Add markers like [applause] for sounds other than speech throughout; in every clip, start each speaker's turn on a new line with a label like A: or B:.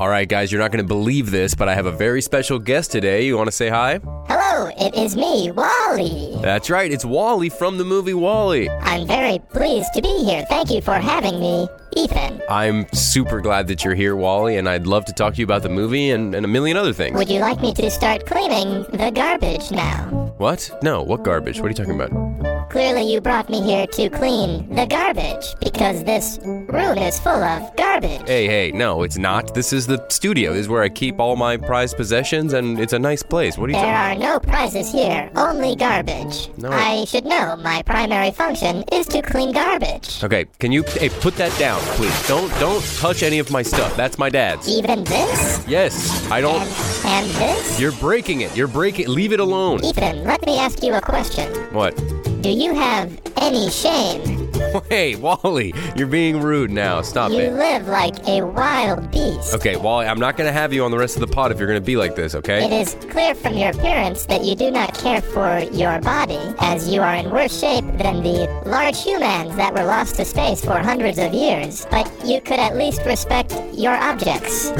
A: All right, guys, you're not going to believe this, but I have a very special guest today. You want to say hi?
B: Hello, it is me, Wally.
A: That's right, it's Wally from the movie Wally.
B: I'm very pleased to be here. Thank you for having me, Ethan.
A: I'm super glad that you're here, Wally, and I'd love to talk to you about the movie and, and a million other things.
B: Would you like me to start cleaning the garbage now?
A: What? No, what garbage? What are you talking about?
B: Clearly, you brought me here to clean the garbage because this room is full of garbage.
A: Hey, hey, no, it's not. This is the studio. This is where I keep all my prized possessions, and it's a nice place. What are you
B: There
A: talking
B: are no prizes here, only garbage.
A: No.
B: I should know my primary function is to clean garbage.
A: Okay, can you hey put that down, please? Don't don't touch any of my stuff. That's my dad's.
B: Even this?
A: Yes, I don't.
B: And, and this?
A: You're breaking it. You're breaking. Leave it alone.
B: Ethan, let me ask you a question.
A: What?
B: Do you have any shame?
A: [laughs] Hey, Wally, you're being rude now. Stop
B: You
A: it.
B: live like a wild beast.
A: Okay, Wally, I'm not gonna have you on the rest of the pod if you're gonna be like this.
B: It
A: Okay?
B: is clear from your appearance that you do not care for your body, as you are in worse shape than the large humans that were lost to space for hundreds of years. But you could at least respect
A: [laughs]
B: your objects.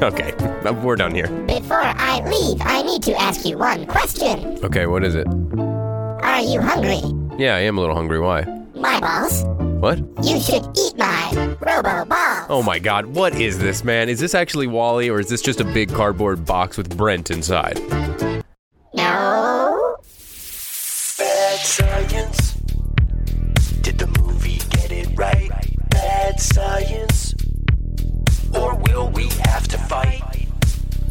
A: okay, [laughs] we're done here.
B: Before I leave, I need to ask you one question.
A: Okay, what is it?
B: Are you hungry?
A: Yeah, I am a little hungry. Why?
B: My balls?
A: What?
B: You should eat my robo balls.
A: Oh my God, what is this, man? Is this actually Wally, or is this just a big cardboard box with Brent inside?
B: No.
C: Bad science. Did the movie get it right? Bad science. Or will we have to fight?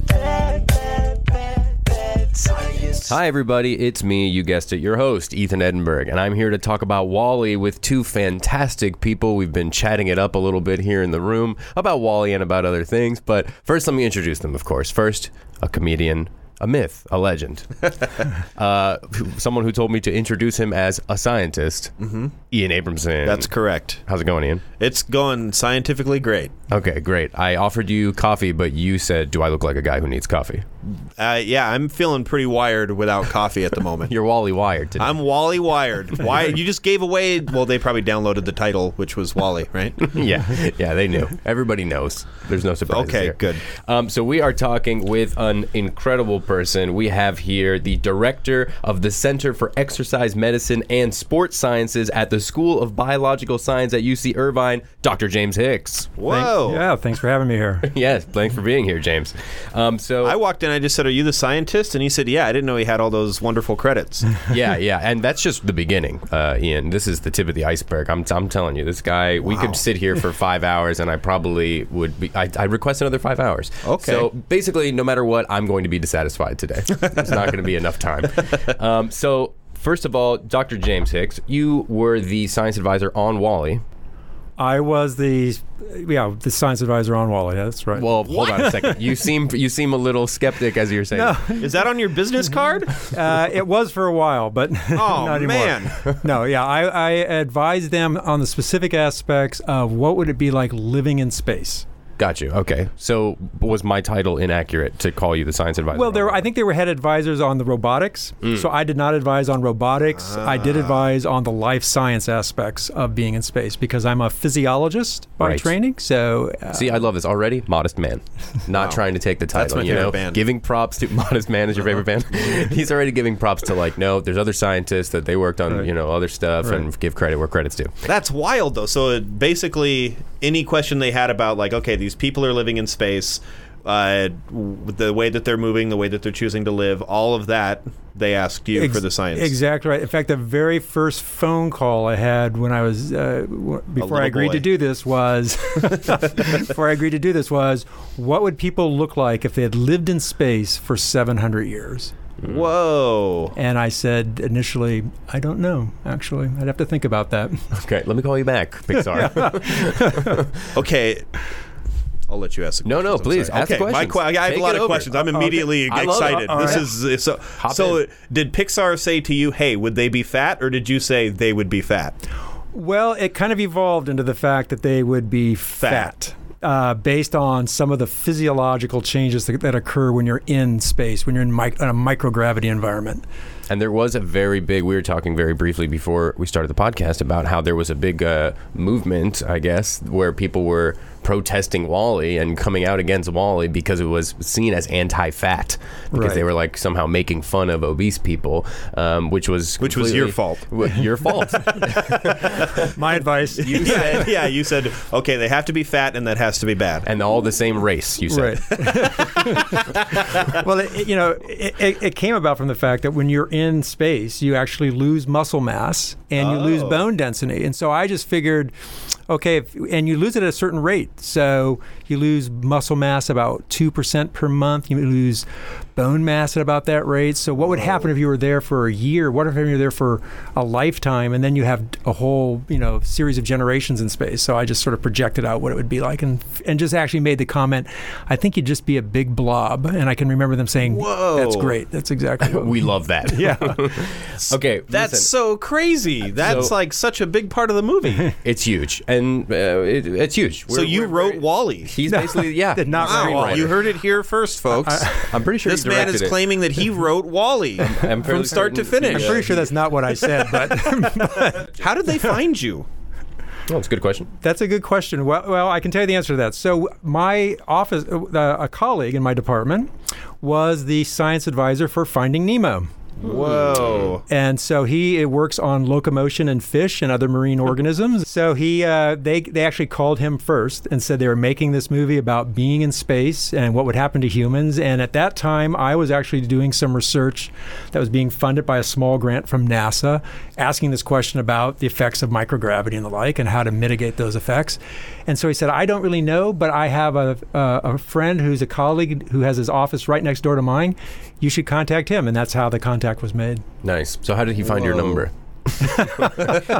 C: Bad, bad, bad, bad science.
A: Hi, everybody. It's me, you guessed it, your host, Ethan Edinburgh, and I'm here to talk about Wally with two fantastic people. We've been chatting it up a little bit here in the room about Wally and about other things, but first, let me introduce them, of course. First, a comedian. A myth, a legend. uh, who- someone who told me to introduce him as a scientist, Ian Abramson.
D: That's correct.
A: how's it going, Ian?
D: It's going scientifically great.
A: Okay, great. I offered you coffee, but you said, "Do I look like a guy who needs coffee?"
D: Uh, yeah, I'm feeling pretty wired without coffee at the
E: [laughs]
D: moment.
A: You're Wally wired today.
D: I'm Wally wired. Why you just gave away? Well, they probably downloaded the title, which was Wally, right?
E: [laughs]
D: [laughs]
A: yeah, yeah, they knew. Everybody knows. There's no surprise.
D: Okay, good.
A: Um, so we are talking with an incredible person. We have here the director of the Center for Exercise Medicine and Sports Sciences at the School of Biological Science at UC Irvine, Dr. James Hicks.
D: Whoa!
E: Yeah, thanks for having
D: [laughs]
E: me here.
A: yes, thanks for being here, James. Um, so
D: I walked in. I just said, "Are you the scientist?" And he said, "Yeah." I didn't know he had all those wonderful
E: [laughs]
D: credits.
A: [laughs] yeah, yeah, and that's just the beginning, uh, Ian. This is the tip of the iceberg. I'm, I'm telling you, this guy. We could sit here
E: [laughs]
A: for five hours, and I probably would be. I, I request another five hours.
D: Okay.
A: So basically, no matter what, I'm going to be dissatisfied today. There's not going to be enough
E: [laughs]
A: time. Um, so first of all, Dr. James Hicks, you were the science advisor on Wally.
E: I was the yeah the science advisor on Wally. Yeah, that's right.
A: Well, hold on a second. You seem you seem a little skeptic as you're saying.
D: Is that on your
E: [laughs]
D: business card?
E: [laughs] uh, it was for a while, but [laughs]
D: Oh
E: not anymore.
D: man!
E: [laughs] No, yeah, I, I advised them on the specific aspects of what would it be like living in space.
A: Got you. Okay. So was my title inaccurate to call you the science advisor?
E: Well,
A: on
E: there were,
A: Wall-E?
E: I think they were head advisors on the robotics,
D: Mm.
E: so I did not advise on robotics. I
D: Ah.
E: did advise on the life science aspects of being in space because I'm a physiologist by
A: Right.
E: training. So uh,
A: See, I love this already. Modest
D: [laughs]
A: Man, not trying to take the title.
D: That's my
A: you
D: favorite
A: know,
D: band. Uh-huh.
A: giving props to [laughs] Modest Man is your favorite band. [laughs] He's already giving props to like, no, there's other scientists that they worked on, you know, other stuff, and give credit where credits due. [laughs]
D: That's wild, though. So it, basically, any question they had about like, okay, these people are living in space, uh, w- the way that they're moving, the way that they're choosing to live, all of that, they asked you for
E: Ex-
D: the science.
E: Exactly right. In fact, the very first phone call I had when I was uh, w- before
D: little
E: I agreed
D: boy.
E: to do this was
D: [laughs]
E: before I agreed to do this was what would people look like if they had lived in space for 700 years?
D: Mm. Whoa.
E: And I said initially, I don't know. Actually, I'd have to think about that. [laughs]
A: Okay, let me call you back,
D: [laughs]
A: Pixar.
D: Okay. I'll let you ask. The
A: No, no,
D: questions, I'm
A: please,
D: sorry.
A: ask the
D: okay, my
A: questions.
D: que- I have
A: Take
D: a lot
A: it
D: of
A: over. Oh,
D: questions. I'm
A: Okay.
D: immediately
A: I love it.
D: excited.
A: All
D: this
A: right.
D: is uh, so.
A: Hop
D: so,
A: in.
D: did Pixar say to you, "Hey, would they be fat," or did you say they would be fat?
E: Well, it kind of evolved into the fact that they would be
D: Fat.
E: fat. uh, based on some of the physiological changes that, that occur when you're in space, when you're in, mic- in a microgravity environment.
A: And there was a very big. We were talking very briefly before we started the podcast about how there was a big uh, movement, I guess, where people were protesting Wally and coming out against Wally because it was seen as anti-fat because
E: Right.
A: they were like somehow making fun of obese people, um, which was
D: Which was your
A: completely-
D: fault.
A: w- your
D: [laughs]
A: fault.
E: My advice.
A: You
D: yeah,
A: said.
D: yeah, you said okay, they have to be fat and that has to be bad.
A: And all the same race, you said.
E: Right. [laughs] well, it, it- you know, it, it, it came about from the fact that when you're in space, you actually lose muscle mass and you lose
D: Oh.
E: bone density. And so I just figured, okay, if, and you lose it at a certain rate. So you lose muscle mass about 2% per month. You lose bone mass at about that rate. So what would happen if you were there for a year? What if you were there for a lifetime and then you have a whole, you know, series of generations in space? So I just sort of projected out what it would be like and and just actually made the comment, I think you'd just be a big blob. And I can remember them saying,
D: Whoa.
E: that's great. That's
A: [laughs]
E: exactly what
A: We love
D: [laughs]
A: that.
E: [laughs] Yeah.
A: Okay.
D: That's
A: listen.
D: so crazy. That's
A: So-
D: like such a big part of the
A: [laughs]
D: movie.
A: It's huge, and uh, it, it's huge.
D: so you wrote Wally. [laughs]
A: He's basically yeah.
E: Did not
A: he's a
E: write
D: Wow,
A: screenwriter.
D: you heard it here first, folks.
A: I'm pretty sure
D: this
A: he
D: man
A: directed
D: is
A: it.
D: claiming that he wrote
A: [laughs]
D: Wally
A: I'm
D: from
A: fairly
D: start to
A: certain-
D: finish.
E: I'm pretty sure that's not what I said, but [laughs]
D: How
A: [laughs]
D: did they find you?
A: Oh, that's a good question.
E: That's a good question. Well, well, I can tell you the answer to that. So, my office, uh, a colleague in my department, was the science advisor for Finding Nemo.
D: Whoa.
E: And so he uh, works on locomotion and fish and other marine organisms. So he, uh, they, they actually called him first and said they were making this movie about being in space and what would happen to humans. And at that time, I was actually doing some research that was being funded by a small grant from NASA, asking this question about the effects of microgravity and the like and how to mitigate those effects. And so he said, I don't really know, but I have a, a, a friend who's a colleague who has his office right next door to mine. You should contact him. And that's how the contact was made.
A: Nice. So how did he find your
D: Whoa.
A: number? [laughs]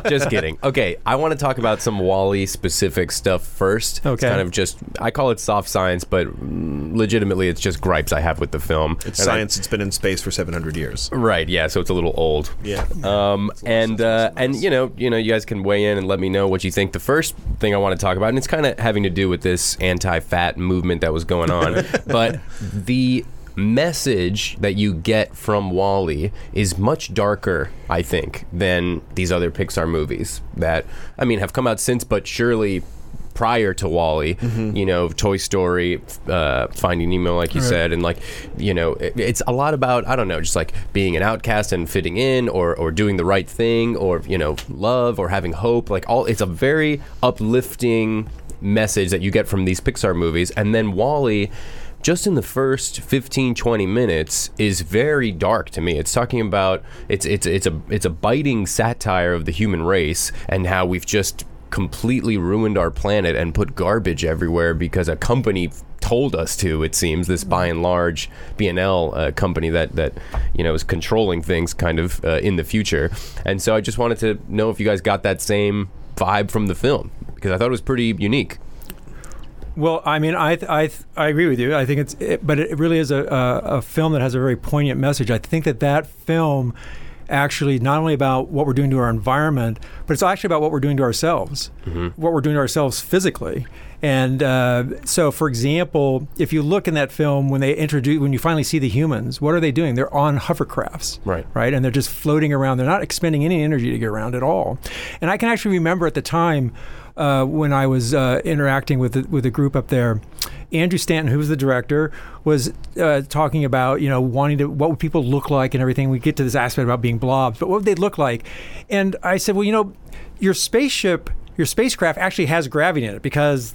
A: just kidding. Okay, I want to talk about some Wally specific stuff first. It's
E: Okay.
A: kind of just I call it soft science, but mm, legitimately it's just gripes I have with the film.
D: It's
A: And I-
D: science. it's been in space for 700 years.
A: Right, yeah, so it's a little old.
D: Yeah.
A: Um, and uh, and you know, you know, you guys can weigh in and let me know what you think. The first thing I want to talk about, and it's kind of having to do with this anti-fat movement that was going on, but the message that you get from Wally is much darker, I think, than these other Pixar movies that I mean have come out since, but surely prior to Wally, you know, Toy Story, uh, Finding Nemo, like you said, and like, you know, it, it's a lot about I don't know, just like being an outcast and fitting in, or or doing the right thing, or you know, love, or having hope. Like all, it's a very uplifting message that you get from these Pixar movies, and then Wally. Just in the first 15 20 minutes is very dark to me. It's talking about it's it's it's a it's a biting satire of the human race and how we've just completely ruined our planet and put garbage everywhere because a company told us to it seems this by and large bnl uh, company that that you know is controlling things kind of uh, in the future and so i just wanted to know if you guys got that same vibe from the film because i thought it was pretty unique
E: Well, I mean, I th- I th- I agree with you. I think it's, it, but it really is a, a a film that has a very poignant message. I think that that film actually not only about what we're doing to our environment, but it's actually about what we're doing to ourselves, what we're doing to ourselves physically. And uh, so, for example, if you look in that film when they introduce when you finally see the humans, what are they doing? They're on hovercrafts,
A: Right.
E: Right, and they're just floating around. They're not expending any energy to get around at all. And I can actually remember at the time uh, when I was uh, interacting with the, with a group up there, Andrew Stanton, who was the director, was uh, talking about you know wanting to what would people look like and everything. We get to this aspect about being blobs, but what would they look like? And I said, well, you know, your spaceship. Your spacecraft actually has gravity in it because,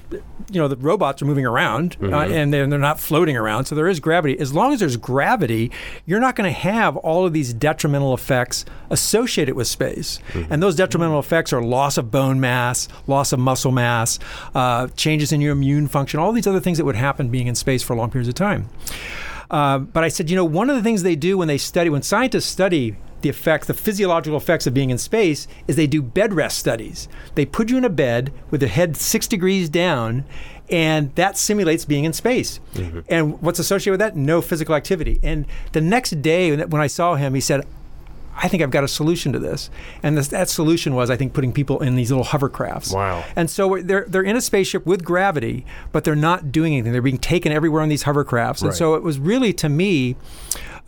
E: you know, the robots are moving around uh, and they're, they're not floating around, so there is gravity. As long as there's gravity, you're not going to have all of these detrimental effects associated with space. And those detrimental effects are loss of bone mass, loss of muscle mass, uh, changes in your immune function, all these other things that would happen being in space for long periods of time. Uh, but I said, you know, one of the things they do when they study, when scientists study the effects, the physiological effects of being in space, is they do bed rest studies. They put you in a bed with the head six degrees down, and that simulates being in space. And what's associated with that? No physical activity. And the next day, when I saw him, he said, I think I've got a solution to this. And this, that solution was, I think, putting people in these little hovercrafts.
A: Wow.
E: And so they're they're in a spaceship with gravity, but they're not doing anything. They're being taken everywhere on these hovercrafts. And
A: Right.
E: so it was really, to me,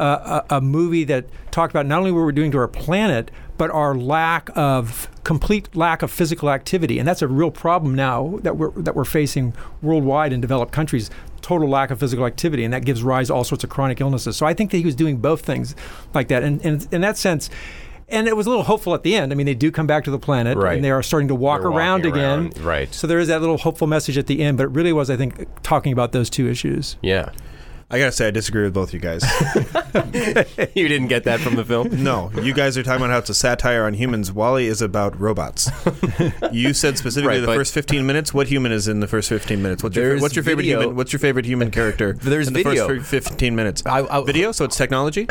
E: uh, a, a movie that talked about not only what we're doing to our planet, but our lack of complete lack of physical activity, and that's a real problem now that we're that we're facing worldwide in developed countries. Total lack of physical activity, and that gives rise to all sorts of chronic illnesses. So I think that he was doing both things like that, and, and in that sense. And it was a little hopeful at the end. I mean, they do come back to the planet,
A: Right.
E: and they are starting to walk
A: They're walking
E: around again.
A: around, right.
E: So there is that little hopeful message at the end, but it really was, I think, talking about those two issues.
A: Yeah. [laughs]
D: I gotta say, I disagree with both you guys.
A: you didn't get that from the film?
D: No, you guys are talking about how it's a satire on humans. Wally is
A: [laughs]
D: about robots. you said specifically
A: Right,
D: the
A: but-
D: first 15 minutes. What human is in the first 15 minutes? What's your,
A: There's
D: what's your favorite
A: video.
D: human? What's your favorite human character?
A: [laughs] There's
D: in the
A: video.
D: first fif- 15 minutes.
A: I- I-
D: video, so
A: [laughs]
D: it's technology.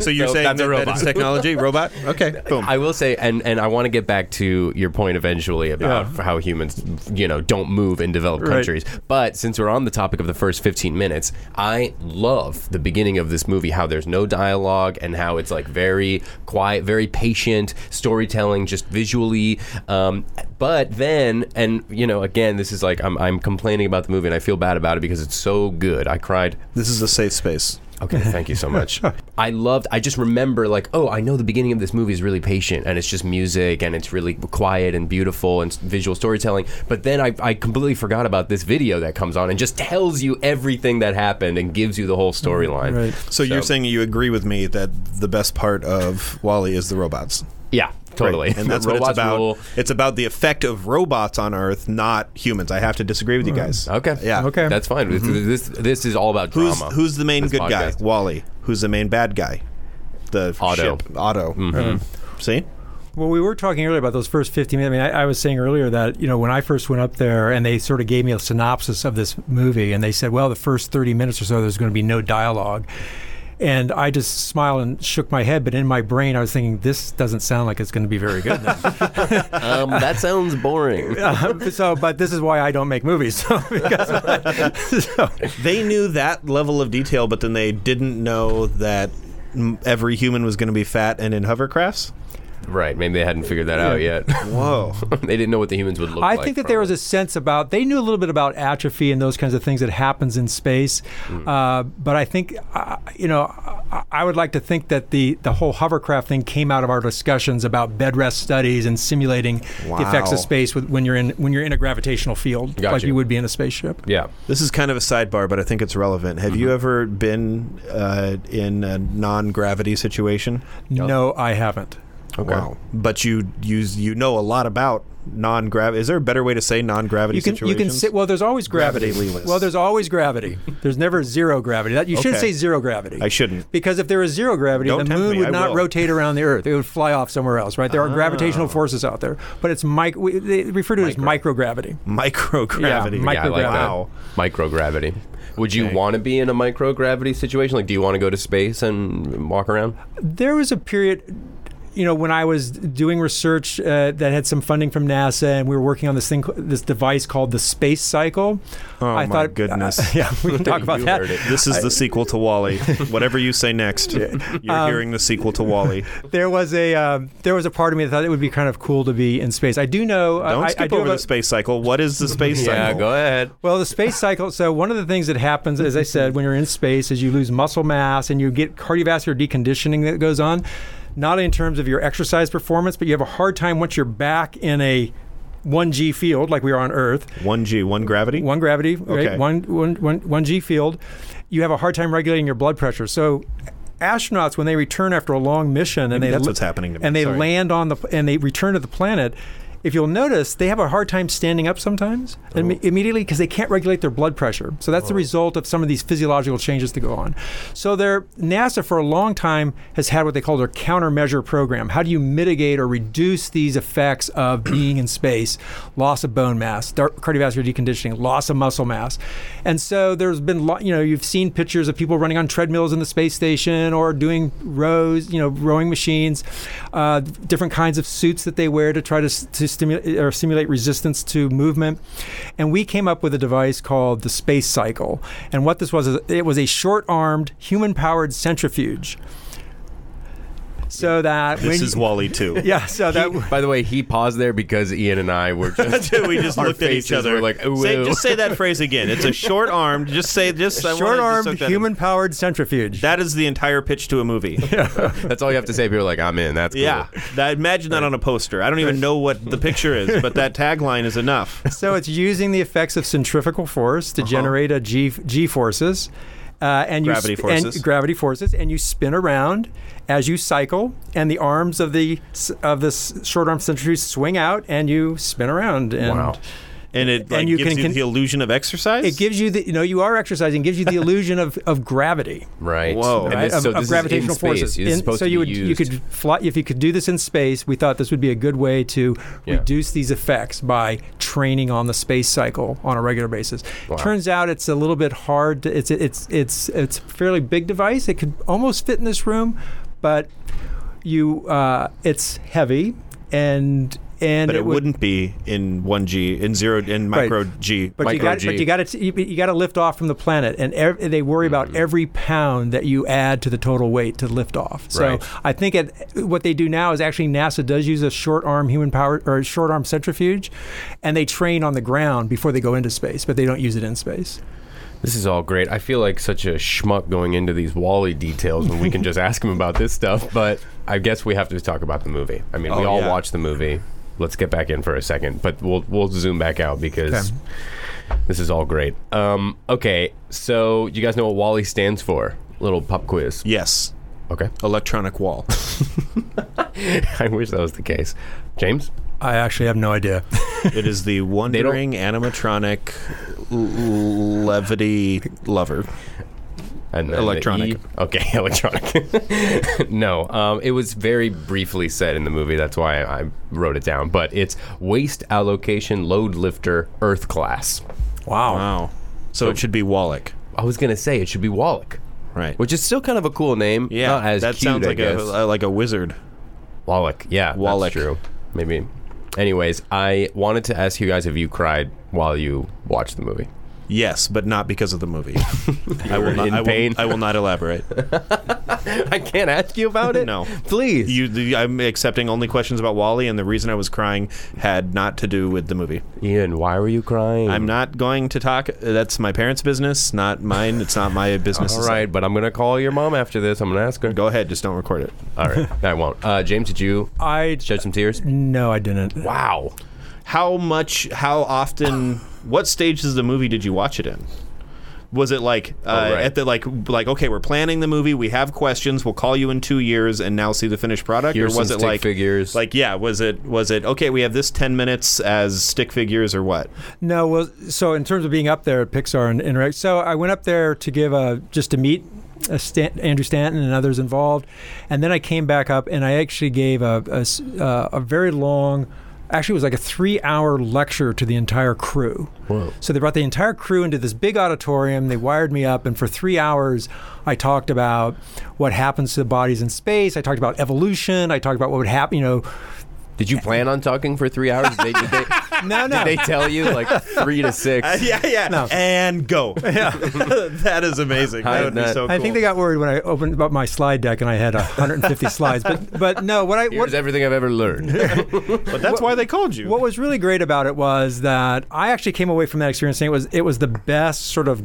D: so you're
A: So that's a
D: saying that, that
A: robot.
D: it's technology, robot. Okay, boom.
A: I will say, and, and I want to get back to your point eventually about how humans, you know, don't move in developed
E: Right.
A: countries. But since we're on the topic of the first 15 minutes, I love the beginning of this movie, how there's no dialogue and how it's like very quiet, very patient storytelling, just visually. Um, but then, and you know, again, this is like I'm, I'm complaining about the movie and I feel bad about it because it's so good. I cried
D: this is a safe space.
A: Okay, thank you so
E: [laughs]
A: much. I loved. I just remember like, oh, I know the beginning of this movie is really patient and it's just music and it's really quiet and beautiful and s- visual storytelling. But then I, I completely forgot about this video that comes on and just tells you everything that happened and gives you the whole storyline.
E: Mm, Right.
D: So, you're saying you agree with me that the best part of Wally is the robots.
A: Yeah, totally.
D: Right.
A: [laughs]
D: And that's what it's
A: Robots
D: about.
A: rule.
D: It's about the effect of robots on Earth, not humans. I have to disagree with you guys.
A: Okay.
D: Yeah. Mm-hmm.
E: Okay.
A: That's fine. This- This this is all about
D: Who's
A: drama.
D: who's the main
A: This
D: good
A: podcast.
D: [laughs] guy? Wally. Who's the main bad guy? The
A: Otto. Mm-hmm.
D: Ship. Otto. See?
E: Well, we were talking earlier about those first 15 minutes. I mean, I, I was saying earlier that, you know, when I first went up there and they sort of gave me a synopsis of this movie and they said, well, the first 30 minutes or so, there's going to be no dialogue. And I just smiled and shook my head, but in my brain, I was thinking, this doesn't sound like it's going to be very good. then." [laughs]
A: um, that sounds boring.
E: Um, so, but this is why I don't make movies. [laughs] So, because, [laughs] so-
D: They knew that level of detail, but then they didn't know that m- every human was going to be fat and in hovercrafts.
A: right. Maybe they hadn't figured that out yet. [laughs]
D: Whoa.
A: they didn't know what the humans would look
E: I
A: like.
E: think that there was
A: probably.
E: a sense about they knew a little bit about atrophy and those kinds of things that happens in space, uh, but I think uh, you know I, I would like to think that the the whole hovercraft thing came out of our discussions about bed rest studies and simulating the effects
D: Wow.
E: of space with, when you're in when you're in a gravitational field
A: Got
E: like
A: you.
E: you would be in a spaceship.
A: Yeah.
D: this is kind of a sidebar, but I think it's relevant. Have
A: Mm-hmm.
D: you ever been uh, in a non-gravity situation?
E: No, I haven't.
A: Okay.
D: Wow. But you you you know a lot about non-gravity. Is there a better way to say non-gravity
E: You can
D: situations?
E: you can sit. Well, there's always gravity.
D: Gravity less.
E: well, there's always
D: [laughs]
E: gravity. There's never zero gravity. That you shouldn't
D: Okay.
E: say zero gravity.
D: I shouldn't.
E: Because if there was zero gravity,
D: Don't
E: the
D: tempt
E: moon
D: me,
E: would
D: I
E: not
D: will. Ah.
E: rotate around the Earth. It would fly off somewhere else, right? There are gravitational forces out there, but it's mic. We, they refer to it as microgravity.
D: Microgravity.
E: Yeah,
A: Yeah, I like that.
D: Wow.
A: Microgravity. Would you want to be in a microgravity situation? Like, do you want to go to space and walk around?
E: There was a period. You know, when I was doing research uh, that had some funding from NASA, and we were working on this thing, this device called the
D: [laughs]
E: Space Cycle. Oh I
D: my
E: thought,
D: goodness.
E: [laughs] yeah, we can talk about
A: You
E: that.
A: heard it.
D: This is the sequel to
E: [laughs]
D: Wally. Whatever you say next, you're
E: Um,
D: hearing the sequel to
E: [laughs]
D: Wally.
E: There was a um, there was a part of me that thought it would be kind of cool to be in space. I do know. uh,
D: Don't
E: I,
D: skip
E: I do
D: over
E: have
D: the
E: a-
D: space cycle. What is the space
A: Yeah,
D: cycle?
A: go ahead.
E: Well, the space cycle. So one of the things that happens, as I said, when you're in space, is you lose muscle mass and you get cardiovascular deconditioning that goes on. Not in terms of your exercise performance, but you have a hard time once you're back in a 1G field like we are on Earth,
D: One G, one gravity.
E: one gravity, right?
D: Okay.
E: One, one, one, one G field. You have a hard time regulating your blood pressure. So astronauts, when they return after a long mission, and they
D: That's
E: li-
D: what's happening to me.
E: and they
D: Sorry.
E: land on the and they return to the planet if you'll notice they have a hard time standing up sometimes
D: Oh.
E: imme- immediately because they can't regulate their blood pressure so that's the result of some of these physiological changes that go on so their nasa for a long time has had what they call their countermeasure program how do you mitigate or reduce these effects of being in space loss of bone mass dar- cardiovascular deconditioning loss of muscle mass and so there's been lo- you know you've seen pictures of people running on treadmills in the space station or doing rows you know rowing machines uh, different kinds of suits that they wear to try to, s- to stimulate or simulate resistance to movement. And we came up with a device called the Space Cycle. And what this was, is it was a short armed, human powered centrifuge. so that
D: This
E: when-
D: is Wally too.
E: [laughs] yeah, so that
A: By the way, he paused there because Ian and I were just
D: [laughs]
A: [laughs]
D: we just
A: Our
D: looked at each
A: faces
D: other
A: were like, "Ooh,
D: say,
A: ooh."
D: just say that phrase again. It's
A: [laughs]
D: a short armed. Just say just I wanna just
E: short-armed
D: soak that in.
E: human-powered centrifuge.
D: That is the entire pitch to a movie. Yeah,
A: That's all you have to say. People are like, I'm in. That's cool.
D: That, imagine that on a poster. I don't even know what the picture is, but that tagline is enough.
E: so it's using the effects of centrifugal force
D: Uh-huh.
E: to generate a g g forces uh, and you
D: Gravity
E: sp- and
D: forces.
E: gravity forces and you spin around as you cycle and the arms of the s- of this short arm centrifuge swing out and you spin around and
A: Wow.
D: And it like,
E: And you
D: gives
E: can-
D: you
E: can-
D: the illusion of exercise.
E: it gives you the you know you are exercising gives you
D: [laughs]
E: the illusion of, of gravity
A: Right.
D: Whoa.
A: And
D: Right,
A: this,
E: of,
A: so
E: of
A: this
E: gravitational
A: is in space.
E: forces.
A: This is
E: In-
A: supposed
E: so
A: to
E: you
A: be
E: would you
A: used.
E: could fly if you could do this in space. We thought this would be a good way to
A: Yeah.
E: reduce these effects by training on the space cycle on a regular basis. Turns out it's a little bit hard. To, it's it's it's it's a fairly big device. It could almost fit in this room, but you uh, it's heavy and and
D: but it,
E: would,
D: wouldn't be in one G in zero in
E: Right.
D: micro G.
E: But you,
D: micro
E: got,
D: G.
E: but you got to you, you got to lift off from the planet, and ev- they worry about every pound that you add to the total weight to lift off. So
A: Right.
E: I think at, what they do now is actually NASA does use a short arm human power or short arm centrifuge, and they train on the ground before they go into space, but they don't use it in space.
A: This is all great. I feel like such a schmuck going into these Wally details when we can
D: [laughs]
A: just ask him about this stuff. But I guess we have to talk about the movie. I mean, we
D: Oh,
A: all
D: yeah.
A: watched the movie. Let's get back in for a second, but we'll we'll zoom back out because this is all great. Um, okay, so you guys know what Wally stands for? Little pop quiz.
D: yes,
A: Okay, [laughs]
D: electronic wall.
A: I wish that was the case. James,
E: I actually have no idea.
D: it is the wandering animatronic l- levity lover.
A: and then the
D: Electronic.
A: E- okay, [laughs] electronic. [laughs] no, um, it was very briefly said in the movie. That's why I wrote it down. But it's waste allocation load lifter Earth class.
E: Wow.
D: Wow. So it should be Wallach,
A: I was gonna say it should be Wallach,
D: right?
A: which is still kind of a cool name.
D: yeah,
A: not as
D: that
A: cute,
D: sounds
A: I
D: like
A: guess.
D: a like a wizard.
A: Wallach. Yeah,
D: Wallach.
A: That's true. Maybe. Anyways, I wanted to ask you guys if you cried while you watched the movie. [laughs]
D: Yes, but not because of the movie. I will not.
A: in
D: I will,
A: pain?
D: I will not elaborate.
A: I can't ask you about it.
D: [laughs] No.
A: please.
D: You, the, I'm accepting only questions about Wally, and the reason I was crying had not to do with the movie.
A: Ian, why were you crying?
D: I'm not going to talk. That's my parents' business, not mine. It's
A: [laughs]
D: not my business.
A: All right, but I'm gonna call your mom after this. I'm gonna ask her.
D: Go ahead, just don't record it.
A: All right, I won't. Uh, James, did you
E: I
A: shed some tears?
E: no, I didn't.
A: Wow.
D: How much? How often? what stages of the movie did you watch it in? Was it like uh,
A: Oh, right.
D: at the like like okay, we're planning the movie. We have questions. We'll call you in two years and now see the finished product.
A: Here's
D: or was
A: some
D: it
A: stick
D: like
A: figures.
D: Like yeah, was it was it okay? We have this ten minutes as stick figures or what?
E: No, well, so in terms of being up there at Pixar and Interact, so I went up there to give a just to meet uh Stan, Andrew Stanton and others involved, and then I came back up and I actually gave a a s- uh, a very long. Actually, it was like a three-hour lecture to the entire crew. Whoa. So they brought the entire crew into this big auditorium. They wired me up, and for three hours, I talked about what happens to the bodies in space. I talked about evolution. I talked about what would happen.
A: [laughs]
E: You know,
A: Did you plan on talking for three hours? Did they, did they,
E: no, no,
A: did they tell you like three to six?
D: [laughs] yeah, yeah. And [laughs] go. that is amazing.
A: I-
D: That would be
A: that-
D: so cool.
E: I think they got worried when I opened up my slide deck and I had 150 slides. But but
D: [laughs]
E: no, what I what,
A: Here's everything I've ever learned.
D: but that's why they called you.
E: what was really great about it was that I actually came away from that experience saying it was it was the best sort of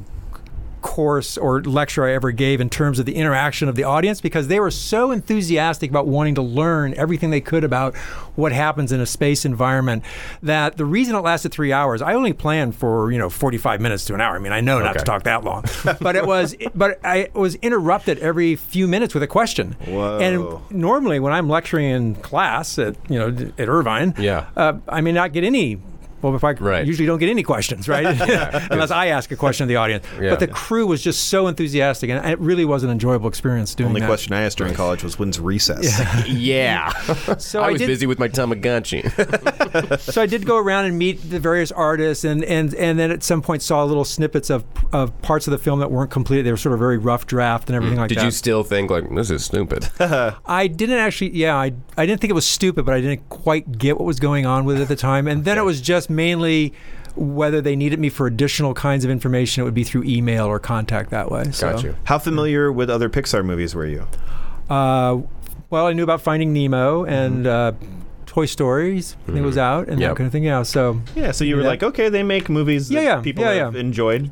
E: course or lecture I ever gave in terms of the interaction of the audience because they were so enthusiastic about wanting to learn everything they could about what happens in a space environment that the reason it lasted 3 hours I only planned for you know 45 minutes to an hour I mean I know not
A: Okay.
E: to talk that long but it was but I was interrupted every few minutes with a question
D: Whoa.
E: and normally when I'm lecturing in class at you know d- at Irvine
A: Yeah.
E: uh, I may not get any. Well, if I
A: Right.
E: usually don't get any questions,
A: [laughs]
E: right? [laughs] Unless I ask a question of the audience.
A: Yeah.
E: But the crew was just so enthusiastic, and it really was an enjoyable experience doing
D: only
E: that.
D: question I asked during college was when's recess?
A: [laughs] yeah.
E: So
A: I
E: I
A: was
E: did-
A: busy with my Tamagotchi.
E: [laughs] so I did go around and meet the various artists, and, and, and then at some point saw little snippets of, of parts of the film that weren't complete. They were sort of very rough draft and everything like
A: Mm. Did
E: that.
A: you still think like this is stupid?
E: I didn't actually. Yeah, I, I didn't think it was stupid, but I didn't quite get what was going on with it at the time. And then it was just mainly whether they needed me for additional kinds of information. It would be through email or contact that way. So,
A: Got you.
D: How familiar with other Pixar movies were you?
E: Uh, well, I knew about Finding Nemo and uh, Toy Stories. I think it was out and
A: Mm-hmm. Yep.
E: that kind of thing. Yeah. So
D: Yeah, so you were
E: Yeah.
D: like, okay, they make movies
E: Yeah,
D: that
E: yeah,
D: people
E: yeah,
D: have
E: yeah.
D: enjoyed.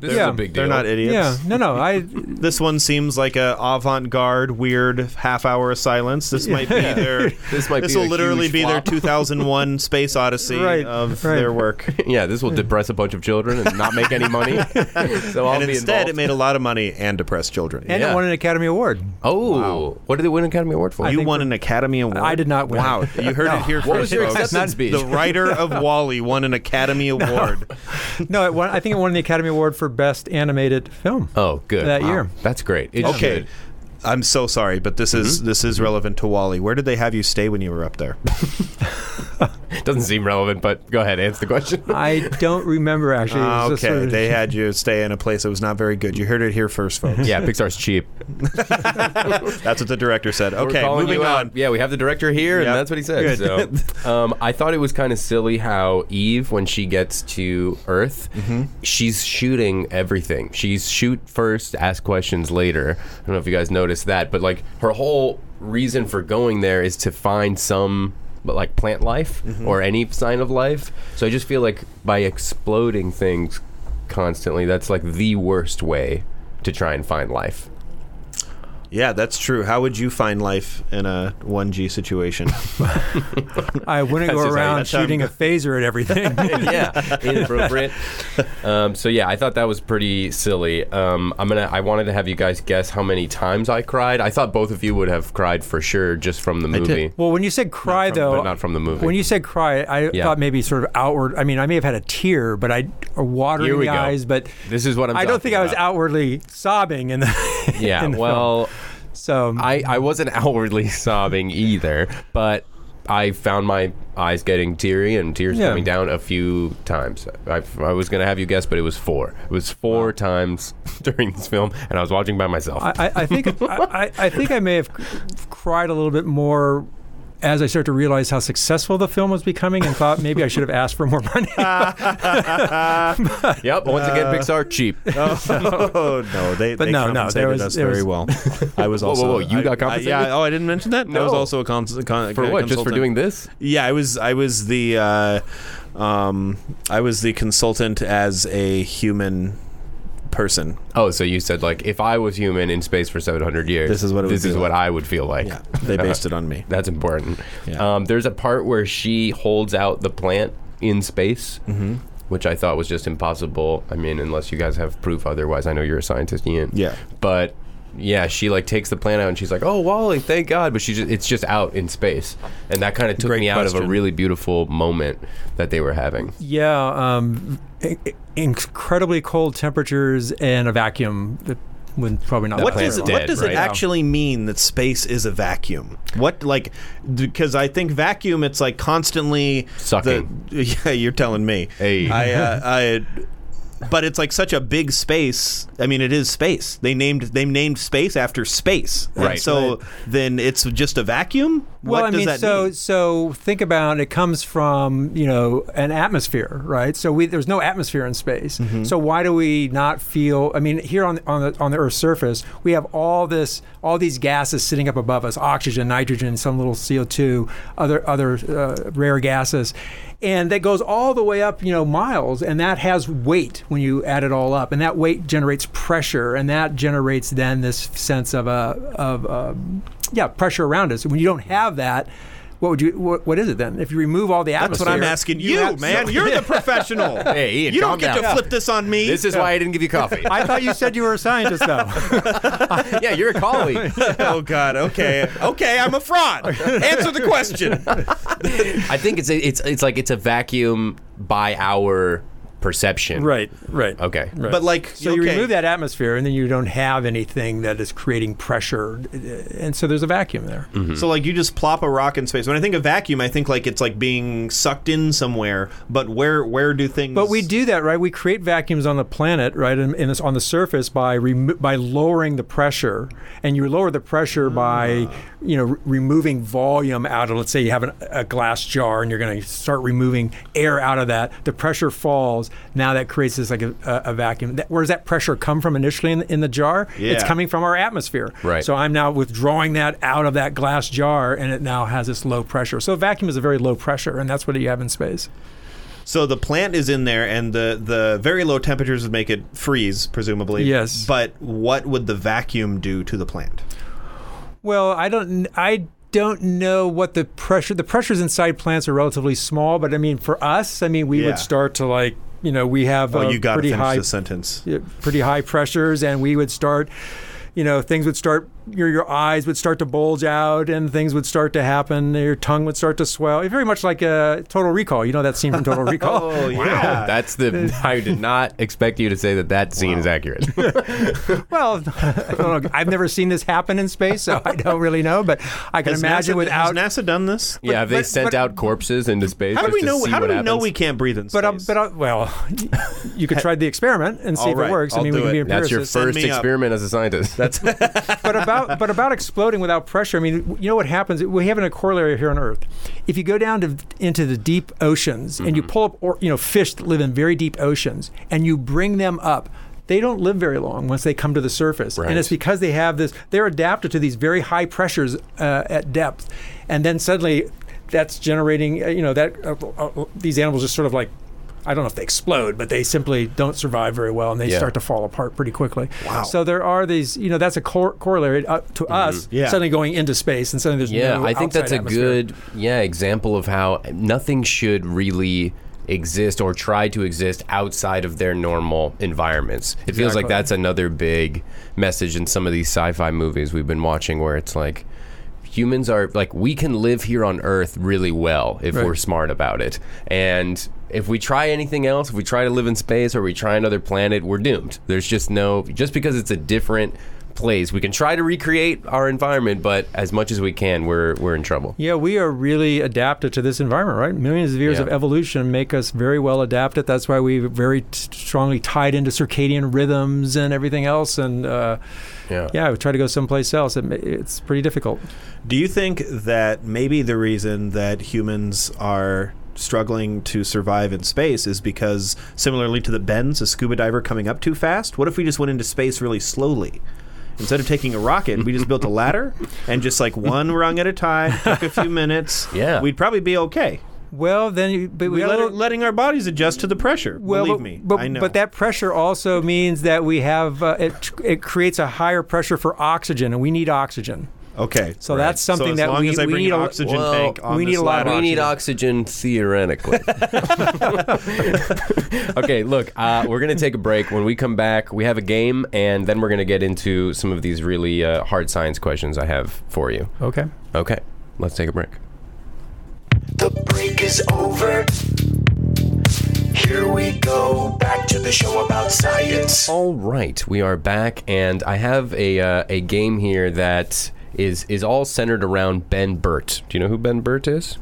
A: This
D: they're,
A: is a
E: Yeah.
A: big deal.
D: they're not idiots.
E: yeah, no, no,
A: [laughs]
E: I
D: This one seems like a avant-garde, weird half-hour of silence. This might [laughs] be their.
A: This might
D: this
A: be
D: will
A: a
D: literally
A: huge
D: be their
A: flop. [laughs]
D: 2001 Space Odyssey
E: Right,
D: of
E: right.
D: their work.
A: [laughs] yeah, this will depress a bunch of children and not make any money. so I'll
D: and
A: be
D: instead,
A: involved.
D: it made a lot of money and depressed children.
E: and
A: Yeah.
E: it won an Academy Award.
A: oh, what did they win an Academy Award for?
D: you
E: think
D: won
E: for-
D: an Academy Award.
E: I did not win.
D: Wow, you heard it here first.
A: What was your
D: folks.
A: acceptance speech?
D: The
A: [laughs]
D: writer of Wally won an Academy Award.
E: No, it won. I think it won the Academy Award for Best Animated Film.
A: oh, good.
E: That year.
A: That's great. It
D: Okay.
A: should.
D: I'm so sorry, but this is
A: Mm-hmm.
D: this is relevant to Wally. Where did they have you stay when you were up
A: [laughs]
D: there?
A: Doesn't seem relevant, but go ahead, answer the question.
E: I don't remember actually. It was just
D: okay,
E: sort of- [laughs]
D: they had you stay in a place that was not very good. You heard it here first, folks.
A: [laughs] yeah, Pixar's cheap.
D: That's what the director said.
A: We're
D: Okay,
A: calling
D: moving
A: you out.
D: on.
A: Yeah, we have the director here,
D: Yep.
A: and that's what he said. [laughs] So, um, I thought it was kind of silly how Eve, when she gets to Earth, she's shooting everything. She's shoot first, ask questions later. I don't know if you guys noticed that, but like her whole reason for going there is to find some. But like plant life or any sign of life, so I just feel like by exploding things constantly, that's like the worst way to try and find life.
D: Yeah, that's true. How would you find life in a 1G situation?
E: I
A: [laughs] just
E: wouldn't go
A: how you-
E: around
D: that's how I'm
E: shooting a phaser at everything.
A: [laughs] yeah, inappropriate. Um, so yeah, I thought that was pretty silly. Um, I'm gonna. I wanted to have you guys guess how many times I cried. I thought both of you would have cried for sure, just from the
D: did.
A: movie.
E: Well, when you said cry,
A: from-
E: though,
A: but not from the movie.
E: When you said cry, I
A: Yeah.
E: thought maybe sort of outward. I mean, I may have had a tear, but I or water
A: Here
E: in
A: we
E: the
A: go.
E: eyes. But
A: This is what I'm
E: I don't
A: talking
E: think I was
A: about.
E: outwardly sobbing in the. [laughs]
A: Yeah.
E: in the
A: Well,
E: film. so
A: I I wasn't [laughs] outwardly sobbing either, but I found my eyes getting teary and tears
E: Yeah.
A: coming down a few times. I, I was gonna have you guess, but it was four. It was four times [laughs] during this film, and I was watching by myself.
E: I, I, I think I, I- I think I may have c- cried a little bit more. As I started to realize how successful the film was becoming, and thought maybe I should have asked for more money.
A: yep. Once again, Pixar
E: [laughs]
A: cheap.
D: oh [laughs] no, they
E: But
D: they
E: no, no,
D: compensated
E: there was-
D: us
E: there
D: very
E: was-
D: well.
E: [laughs]
D: I was also
A: whoa, whoa, you
D: I-
A: got
D: I-
A: compensated?
D: yeah, oh, I didn't mention that. I was
A: No.
D: also a cons- con-
A: For what? Just for doing this?
D: Yeah, I was I was the uh, um, I was the consultant as a human person.
A: Oh, so you said like if I was human in space for 700 years,
D: This is what it would
A: this
D: be
A: is
D: like.
A: what I would feel like.
D: Yeah, they based it on me.
A: [laughs] That's important.
D: Yeah.
A: Um, there's a part where she holds out the plant in space,
D: Mm-hmm.
A: which I thought was just impossible. I mean, unless you guys have proof otherwise. I know you're a scientist, Ian.
D: Yeah.
A: But yeah, she like takes the plant out and she's like, "Oh, Wally, thank God!" But she just, it's just out in space, and that kind of took
D: Great
A: me out of a
D: question.
A: really beautiful moment that they were having.
E: yeah, um, i- i- incredibly cold temperatures and a vacuum that would probably not.
A: That
E: work
D: What
A: plant's
D: does,
E: very
A: dead
E: well.
D: what does
A: right
D: it
A: now.
D: actually mean that space is a vacuum? What like because I think vacuum it's like constantly
A: Sucking.
D: The, [laughs] yeah, you're telling me.
A: Hey.
D: I,
A: [laughs]
D: uh, I but it's like such a big space. I mean, it is space. They named they named space after space. And
A: Right.
D: so then it's just a vacuum.
E: Well,
D: what
E: I
D: does
E: mean,
D: that
E: so
D: mean?
E: so think about it comes from you know an atmosphere, right? So we there's no atmosphere in space. So why do we not feel? I mean, here on on the on the Earth's surface, we have all this all these gases sitting up above us: oxygen, nitrogen, some little CO two, other other uh, rare gases. And that goes all the way up, you know, miles, and that has weight when you add it all up, and that weight generates pressure, and that generates then this sense of a of a, yeah, pressure around us. When you don't have that, what would you? What, what is it then? If you remove all the
D: That's
E: atmosphere,
D: what I'm asking you,
E: have-
D: man. You're [laughs] the professional.
A: Hey, Ian,
D: you
A: calm
D: don't get
A: down.
D: to flip this on me.
A: This is why I didn't give you coffee.
E: [laughs] [laughs] I thought you said you were a scientist, though.
A: yeah, you're a colleague.
D: [laughs] oh God. Okay. Okay. I'm a fraud.
A: [laughs]
D: Answer the question.
A: I think it's it's it's like it's a vacuum by our perception.
E: right.
A: Okay.
D: But like,
E: So you remove that atmosphere, and then you don't have anything that is creating pressure, and so there's a vacuum there.
A: Mm-hmm.
D: So like you just plop a rock in space. When I think of vacuum, I think like it's like being sucked in somewhere. But where where do things?
E: But we do that, right? We create vacuums on the planet, right, in, in this, on the surface by remo- by lowering the pressure, and you lower the pressure by, you know, re- removing volume out of. Let's say you have an, a glass jar, and you're going to start removing air out of that. The pressure falls, now that creates this like a, a, a vacuum. That, where does that pressure come from initially in the, in the jar? It's
D: Yeah.
E: coming from our atmosphere.
A: Right.
E: So I'm now withdrawing that out of that glass jar, and it now has this low pressure. So a vacuum is a very low pressure, and that's what you have in space.
D: So the plant is in there, and the the very low temperatures would make it freeze, presumably.
E: Yes.
D: But what would the vacuum do to the plant?
E: Well, I don't. I don't know what the pressure. The pressures inside plants are relatively small, but I mean, for us, I mean, we
D: Yeah.
E: would start to like, you know, we have
D: Oh,
E: uh,
D: you got to
E: pretty
D: finish
E: high
D: the sentence.
E: yeah, pretty high pressures and we would start you know things would start your your eyes would start to bulge out and things would start to happen your tongue would start to swell very much like a total recall you know that scene
D: [laughs]
E: from total recall
D: Oh yeah.
A: That's
D: [laughs]
A: the. I did not expect you to say that that scene is accurate.
E: well [laughs] I don't know. i've never seen this happen in space so i don't really know but i can
D: Has
E: imagine
D: NASA,
E: without
D: has NASA done this?
A: yeah, have they
E: but-
A: sent
E: but-
A: out corpses into space?
D: How do
A: just
D: we
A: to
D: know?
A: see
D: How do
A: what
D: we know
A: happens?
D: we can't breathe in space?
E: but uh, but uh, well [laughs] you could try the experiment and see
D: All
E: if
D: right,
E: it works
D: I'll
E: i mean we
D: do
E: can
D: it.
E: be
A: That's your
E: empiricists
A: first
D: me up.
A: experiment as a
D: [laughs]
A: scientist. That's
E: but about but about exploding without pressure. I mean, you know what happens? We have in a corollary here on Earth. If you go down to into the deep oceans and you
A: Mm-hmm.
E: pull up, or, you know, fish that live in very deep oceans, and you bring them up. They don't live very long once they come to the surface,
A: Right.
E: and it's because they have this. They're adapted to these very high pressures uh, at depth, and then suddenly, that's generating. uh, You know that uh, uh, these animals just sort of like, I don't know if they explode, but they simply don't survive very well, and they
A: Yeah.
E: start to fall apart pretty quickly. Wow. So there are these, you know, that's a cor- corollary uh, to us
D: Mm-hmm. Yeah.
E: suddenly going into space and suddenly
A: [laughs]
E: there's
A: Yeah,
E: no
A: I think
E: outside
A: that's a
E: atmosphere.
A: good yeah example of how nothing should really exist or try to exist outside of their normal environments. It feels like
E: Exactly.
A: that's another big message in some of these sci-fi movies we've been watching where it's like humans are like we can live here on earth really well if
E: Right.
A: we're smart about it. And if we try anything else, if we try to live in space or we try another planet, we're doomed. There's just no just because it's a different place. We can try to recreate our environment, but as much as we can, we're we're in trouble.
E: Yeah, we are really adapted to this environment, right? Millions of years
A: Yeah.
E: of evolution make us very well adapted. That's why we're very t- strongly tied into circadian rhythms and everything else. And uh,
A: Yeah.
E: yeah, we try to go someplace else. It, ma- it's pretty difficult.
D: Do you think that maybe the reason that humans are struggling to survive in space is because, similarly to the bends, a scuba diver coming up too fast? What if we just went into space really slowly? Instead of taking a rocket, we just built a
A: [laughs]
D: ladder and just like one rung at a time, took a few minutes.
A: [laughs] Yeah.
D: We'd probably be okay.
E: Well, then, you- but we
D: We let,
E: let
D: letting our bodies adjust to the pressure. Believe
E: but,
D: me,
E: But,
D: I know.
E: but that pressure also means that we have uh, it, it creates a higher pressure for oxygen, and we need oxygen.
D: okay.
E: So that's something
D: as
E: that
D: long
E: we,
D: as I
E: we
D: bring
E: need
D: an
E: a,
D: oxygen
A: Well,
D: tank on
E: we need
D: this
E: a lot of
D: ladder-
A: We need oxygen theoretically. [laughs] okay, look, uh, we're going to take a break. When we come back, we have a game, and then we're going to get into some of these really uh, hard science questions I have for you.
E: Okay.
A: Okay, let's take a break.
C: The break is over. Here we go back to the show about science.
A: All right, we are back, and I have a uh, a game here that is is all centered around Ben Burt. Do you know who Ben Burt is?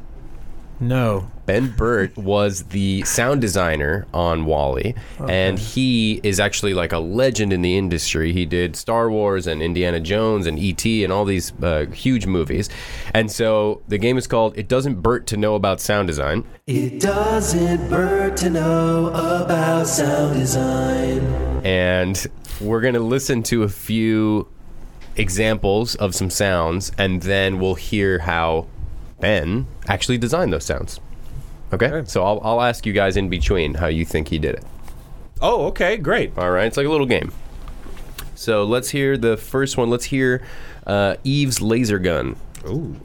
E: No.
A: Ben Burt was the sound designer on Wally, and he is actually like a legend in the industry. He did Star Wars and Indiana Jones and E.T. and all these uh, huge movies. And so the game is called It Doesn't Burt to Know About Sound Design.
C: It doesn't hurt to know about sound design.
A: and we're going to listen to a few examples of some sounds and then we'll hear how Ben actually designed those sounds. Okay? So I'll, I'll ask you guys in between how you think he did it.
D: Oh, okay, great.
A: All right? It's like a little game. So let's hear the first one. Let's hear uh, Eve's laser gun.
D: Ooh.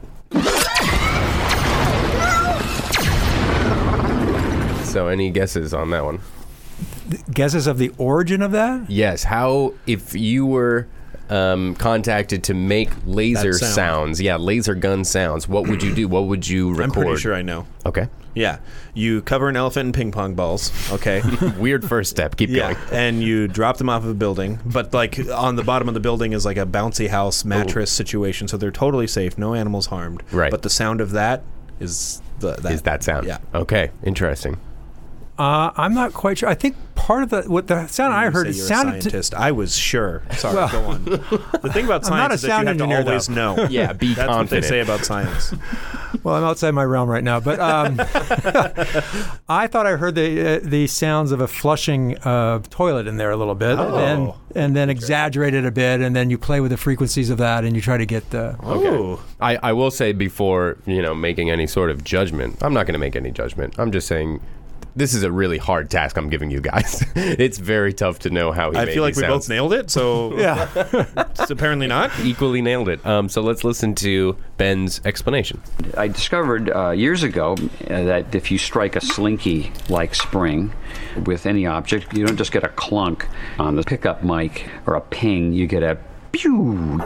A: So any guesses on that one?
E: Guesses of the origin of that?
A: Yes. How if you were um, contacted to make laser
D: sound.
A: sounds? Yeah, laser gun sounds. What would you do? What would you record?
D: I'm pretty sure I know.
A: Okay.
D: Yeah. You cover an elephant in ping pong balls.
A: [laughs]
D: Okay.
A: Weird first step. Keep
D: yeah.
A: going.
D: And you drop them off of a building, but like on the bottom of the building is like a bouncy house mattress situation, so they're totally safe, no animals harmed.
A: Right.
D: But the sound of that is the that.
A: Is that sound?
D: Yeah.
A: Okay. Interesting.
E: Uh, I'm not quite sure. I think part of the what the sound I
D: You
E: heard
D: say
E: it
D: you're a
E: sounded to,
D: scientist. I was sure. Sorry, go on. The thing about
E: [laughs] I'm not
D: science
E: a
D: is that
E: sound
D: you have to
E: engineer, though.
D: always know.
A: [laughs] Yeah, be
D: That's what they
A: confident.
D: say
A: [laughs]
D: about science.
E: well, I'm outside my realm right now,
D: [laughs]
E: but um, I thought I heard the uh, the sounds of a flushing uh, toilet in there a little bit, and then,
D: Oh.
E: and then exaggerated a bit, and then you play with the frequencies of that, and you try to get the.
D: Oh. Ooh.
A: I, I will say before you know making any sort of judgment, I'm not going to make any judgment. I'm just saying this is a really hard task I'm giving you guys. [laughs] it's very tough to know how he
D: I
A: made
D: feel like
A: these
D: we
A: sounds.
D: both nailed it, so
E: [laughs] Yeah,
D: it's apparently not.
A: equally nailed it. Um, so let's listen to Ben's explanation.
F: I discovered uh, years ago uh, that if you strike a slinky like spring with any object, you don't just get a clunk on the pickup mic or a ping, you get a pew.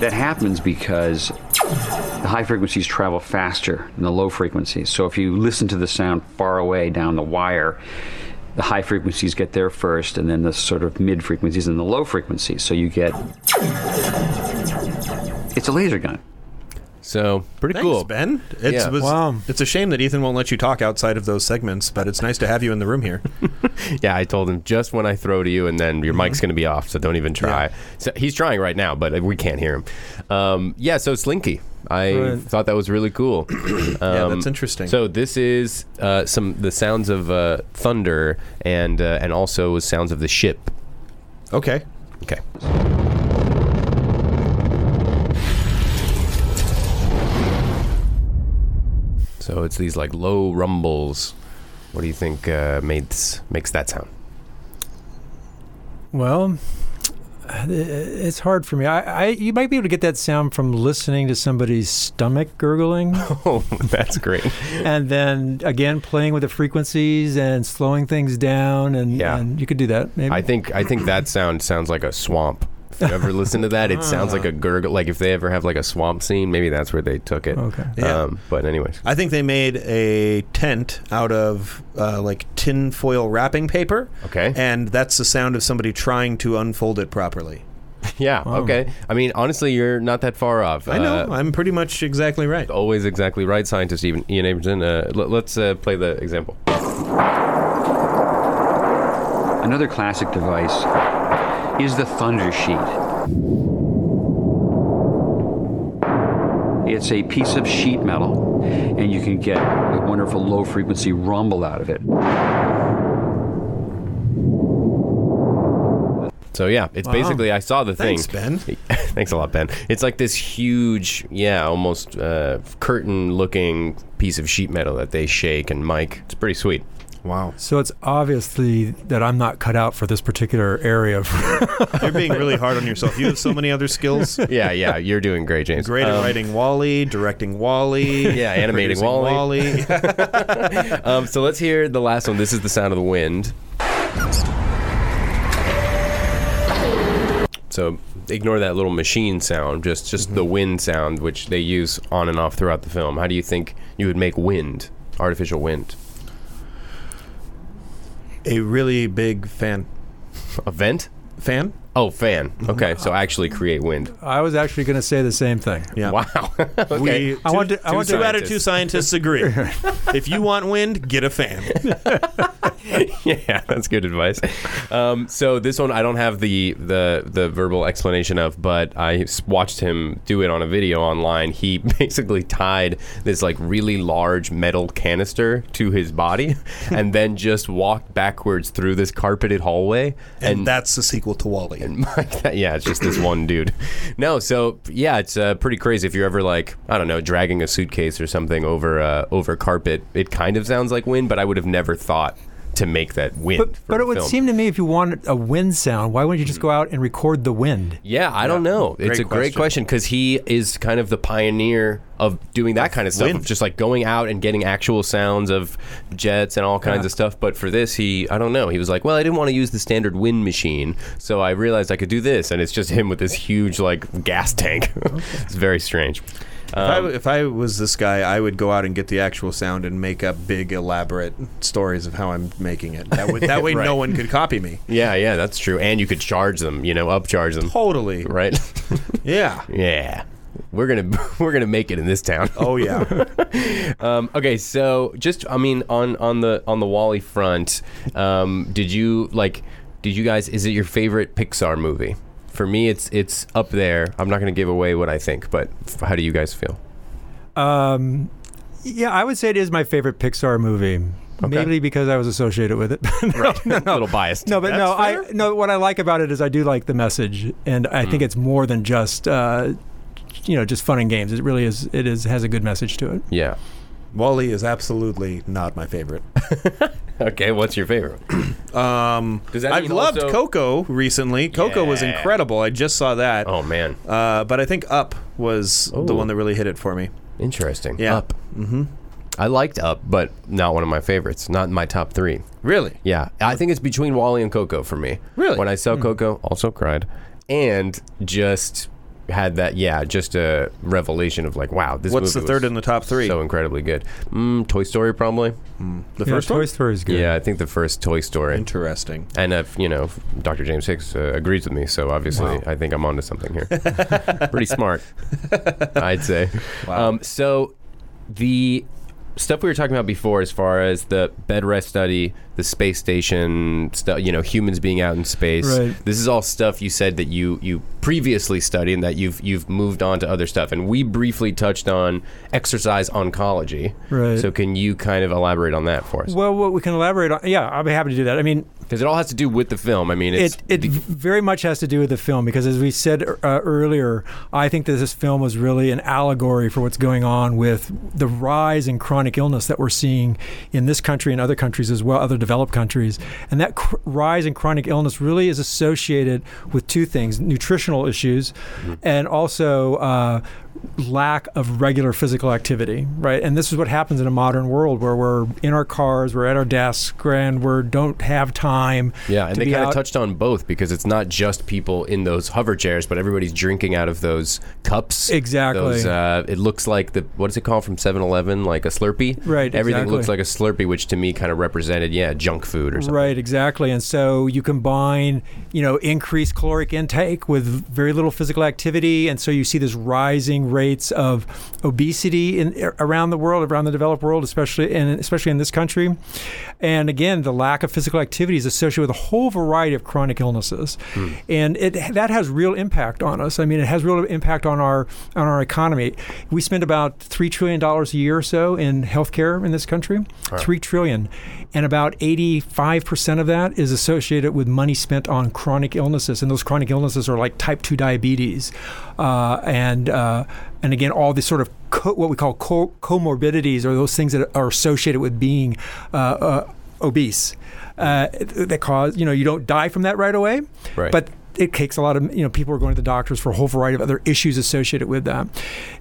F: That happens because the high frequencies travel faster than the low frequencies. So if you listen to the sound far away down the wire, the high frequencies get there first, and then the sort of mid frequencies and the low frequencies. So you get it's a laser gun.
A: So pretty
D: Thanks,
A: cool.
D: Ben. It's,
A: Yeah.
D: was,
E: Wow.
D: it's a shame that Ethan won't let you talk outside of those segments, but it's nice to have you in the
A: [laughs]
D: room here.
A: Yeah, I told him just when I throw to you, and then your mic's going to be off, so don't even try. So he's trying right now, but we can't hear him. Um, yeah, so Slinky, I
E: Right.
A: thought that was really cool.
D: yeah,
A: Um,
D: that's interesting.
A: So this is uh, some the sounds of uh, thunder and uh, and also sounds of the ship.
D: okay.
A: Okay. So it's these like low rumbles. What do you think uh, makes makes that sound? [laughs]
E: well, i- it's hard for me. I, I you might be able to get that sound from listening to somebody's stomach gurgling.
A: Oh, that's great.
E: and then again playing with the frequencies and slowing things down and,
A: Yeah.
E: and you could do that maybe
A: I think I think that sound sounds like a swamp. If you ever listen to that, it sounds like a gurgle. Like if they ever have like a swamp scene, maybe that's where they took it.
E: Okay.
D: Yeah.
A: Um, but anyways, [laughs]
D: I think they made a tent out of uh, like tin foil wrapping paper.
A: Okay.
D: And that's the sound of somebody trying to unfold it properly.
A: yeah. Okay. I mean, honestly, you're not that far off.
D: I know.
A: Uh,
D: I'm pretty much exactly right.
A: always exactly right, scientist Ian Ian Abramson. Uh, l- let's uh, play the example.
F: Another classic device is the thunder sheet. It's a piece of sheet metal, and you can get a wonderful low frequency rumble out of it.
A: So yeah, it's basically I saw the
D: Thanks,
A: thing. [laughs]
D: Ben.
A: Thanks a lot, Ben. It's like this huge, yeah, almost uh, curtain-looking piece of sheet metal that they shake and mic. It's pretty sweet.
D: Wow.
E: so it's obviously that i'm not cut out for this particular area [laughs] of
D: [laughs] You're being really hard on yourself. You have so many other skills.
A: [laughs] Yeah, yeah, you're doing great, James.
D: Great at writing Wally, directing Wally.
A: [laughs] Yeah, animating
D: producing
A: Wall-E. [laughs]
D: Wall-E.
A: Um, so let's hear the last one. This is the sound of the wind. So ignore that little machine sound, just just the wind sound, which they use on and off throughout the film. How do you think you would make wind, artificial wind?
D: a really big fan.
A: A vent?
D: Fan?
A: Oh, fan. Okay, so actually create wind.
E: i was actually going to say the same thing
D: Yeah.
A: Wow. [laughs] okay.
D: We,
E: I
D: two-
E: want to- I
D: two
E: want to-
D: out of two
A: [laughs]
D: scientists agree. if you want wind, get a fan.
A: [laughs] yeah, that's good advice. Um, so this one I don't have the the the verbal explanation of, but I s- watched him do it on a video online. He [laughs] basically tied this like really large metal canister to his
E: [laughs]
A: body, and then just walked backwards through this carpeted hallway.
D: And, that's the sequel to Wally.
A: [laughs] Like that- yeah, it's just this one dude. No, so yeah, it's uh, pretty crazy. If you're ever like, I don't know, dragging a suitcase or something over uh, over carpet, it kind of sounds like wind, but I would have never thought to make that wind.
E: but,
A: for
E: but
A: a
E: it would
A: film. Mm-hmm.
E: seem to me if you want a wind sound why wouldn't you just go out and record the wind
A: Yeah, I don't know. It's a great question because he is kind of the pioneer of doing that kind of stuff, of
D: wind.
A: just like going out and getting actual sounds of jets and all kinds of stuff. But for this, he, I don't know. He was like, well, I didn't want to use the standard wind machine, so I realized I could do this, and it's just him with this huge like gas tank. [laughs] it's very strange.
D: if,
A: um,
D: I, w- if I was this guy, I would go out and get the actual sound and make up big, elaborate stories of how I'm making it. That, would, [laughs] that way,
A: Right.
D: no one could copy me.
A: Yeah, yeah, that's true. And you could charge them, you know, upcharge them,
D: Totally.
A: right?
D: Yeah.
A: [laughs] yeah. we're gonna [laughs] we're gonna make it in this town. [laughs]
D: Oh yeah.
A: Um, okay, so just I mean on on the on the Wally front, um, did you like? Did you guys? Is it your favorite Pixar movie? For me, it's it's up there. I'm not going to give away what I think, but f- how do you guys feel?
E: Um, yeah, I would say it is my favorite Pixar movie. Maybe because I was associated with it. [laughs] right. [laughs] no,
A: A [laughs]
E: no.
A: little biased.
E: No, but no,
D: fair. Hmm.
E: I no. What I like about it is I do like the message, and I think it's more than just uh, you know just fun and games. It really is. It is has a good message to it.
A: yeah.
D: Wally is absolutely not my favorite.
A: Okay, what's your
E: [clears throat]
A: favorite?
D: Um,
A: Does that
D: I've
A: mean
D: loved
A: also-
D: Coco recently. Coco was
A: Yeah.
D: incredible. I just saw that.
A: Oh man,
D: Uh, but I think Up was the
A: Ooh.
D: one that really hit it for me.
A: interesting.
D: Yeah.
A: Up. Mm-hmm. I liked Up, but not one of my favorites. Not in my top three.
D: Really?
A: Yeah, I think it's between Wally and Coco for me.
D: Really? Hmm.
A: When I saw Coco, also cried, and just had that yeah, just a revelation of like, wow, this.
D: What's the
A: movie
D: third
A: was
D: in the top three?
A: So incredibly good. Mm, Toy Story probably.
D: The
E: Yeah,
D: first
E: Toy
D: one.
E: Story is good.
A: Yeah, I think the first Toy Story.
D: Interesting.
A: And if you know, Dr. James Hicks uh, agrees with me, so obviously I think I'm onto something
E: [laughs]
A: here. Pretty smart, I'd say. Um, so the stuff we were talking about before, as far as the bed rest study, the space station stuff, you know, humans being out in space.
E: Right.
A: This is all stuff you said that you you previously studied and that you've you've moved on to other stuff. And we briefly touched on exercise oncology.
E: Right.
A: So can you kind of elaborate on that for us?
E: Well, what we can elaborate on. Yeah, I'll be happy to do that. I mean,
A: Because it all has to do with the film. I mean, it's
E: it it very much has to do with the film because, as we said uh, earlier, I think that this film was really an allegory for what's going on with the rise in chronic illness that we're seeing in this country and other countries as well, other developed countries, and that cr- rise in chronic illness really is associated with two things: nutritional issues,
A: Mm-hmm.
E: and also. Uh, lack of regular physical activity, right? And this is what happens in a modern world where we're in our cars, we're at our desks, and we don't have time.
A: Yeah, and
E: to
A: they
E: be
A: kind of
E: out-
A: touched on both because it's not just people in those hover chairs, but everybody's drinking out of those cups.
E: Exactly.
A: Those, uh, it looks like the what is it called from 7-Eleven, like a Slurpee.
E: Right,
A: Everything
E: exactly.
A: looks like a Slurpee, which to me kind of represented yeah junk food or something.
E: Right, exactly. And so you combine, you know, increased caloric intake with very little physical activity, and so you see this rising rates of obesity in around the world, around the developed world, especially and especially in this country. And again, the lack of physical activity is associated with a whole variety of chronic illnesses, and it that has real impact on us. I mean, it has real impact on our on our economy. We spend about three trillion dollars a year or so in healthcare in this country. Three trillion, and about eighty-five percent of that is associated with money spent on chronic illnesses, and those chronic illnesses are like type two diabetes, uh, and uh, and again all the sort of co- what we call co- comorbidities or those things that are associated with being uh, uh, obese. Uh, that cause you know you don't die from that right away,
A: Right.
E: but it takes a lot of you know people are going to the doctors for a whole variety of other issues associated with that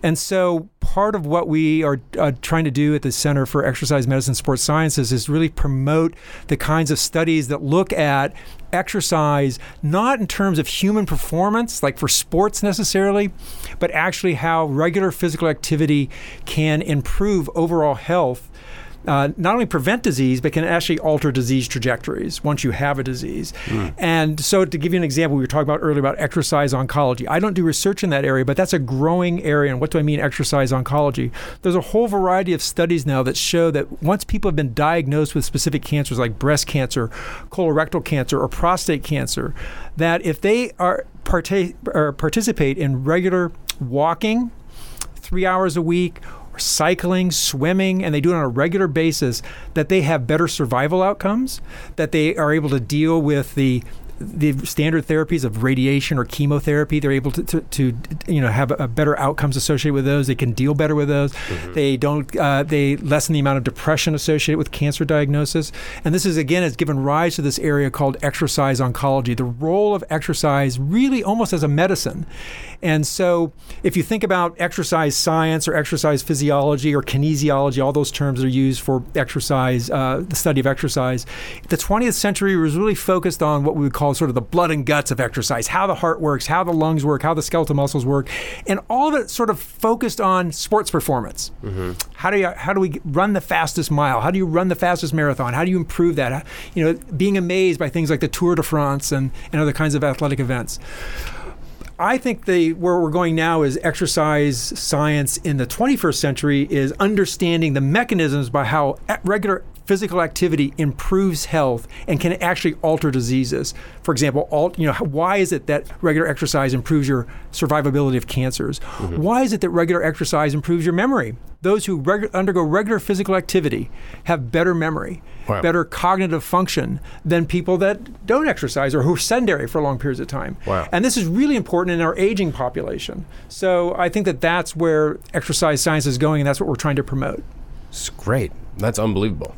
E: and so part of what we are uh, trying to do at the center for exercise medicine and sports sciences is really promote the kinds of studies that look at exercise not in terms of human performance like for sports necessarily but actually how regular physical activity can improve overall health uh, not only prevent disease, but can actually alter disease trajectories once you have a disease. And so, to give you an example, we were talking about earlier about exercise oncology. I don't do research in that area, but that's a growing area. And what do I mean, exercise oncology? There's a whole variety of studies now that show that once people have been diagnosed with specific cancers like breast cancer, colorectal cancer, or prostate cancer, that if they are parta- or participate in regular walking, three hours a week or cycling, swimming, and they do it on a regular basis, that they have better survival outcomes, that they are able to deal with the the standard therapies of radiation or chemotherapy, they're able to, to, to you know have a better outcomes associated with those. They can deal better with those. They don't. Uh, they lessen the amount of depression associated with cancer diagnosis. And this is again has given rise to this area called exercise oncology. The role of exercise really almost as a medicine. And so, if you think about exercise science or exercise physiology or kinesiology, all those terms are used for exercise, uh, the study of exercise. The 20th century was really focused on what we would call sort of the blood and guts of exercise, how the heart works, how the lungs work, how the skeletal muscles work, and all of it sort of focused on sports performance. How do you, how do we run the fastest mile? How do you run the fastest marathon? How do you improve that? How- You know, being amazed by things like the Tour de France and, and other kinds of athletic events. I think they where we're going now is exercise science in the 21st century is understanding the mechanisms by how a- regular physical activity improves health and can actually alter diseases. For example, alt, you know, how- why is it that regular exercise improves your survivability of cancers? Why is it that regular exercise improves your memory? Those who regu- undergo regular physical activity have better memory,
A: Wow.
E: better cognitive function than people that don't exercise or who are sedentary for long periods of time.
A: Wow.
E: And this is really important in our aging population. So I think that that's where exercise science is going, and that's what we're trying to promote.
A: It's great. That's unbelievable.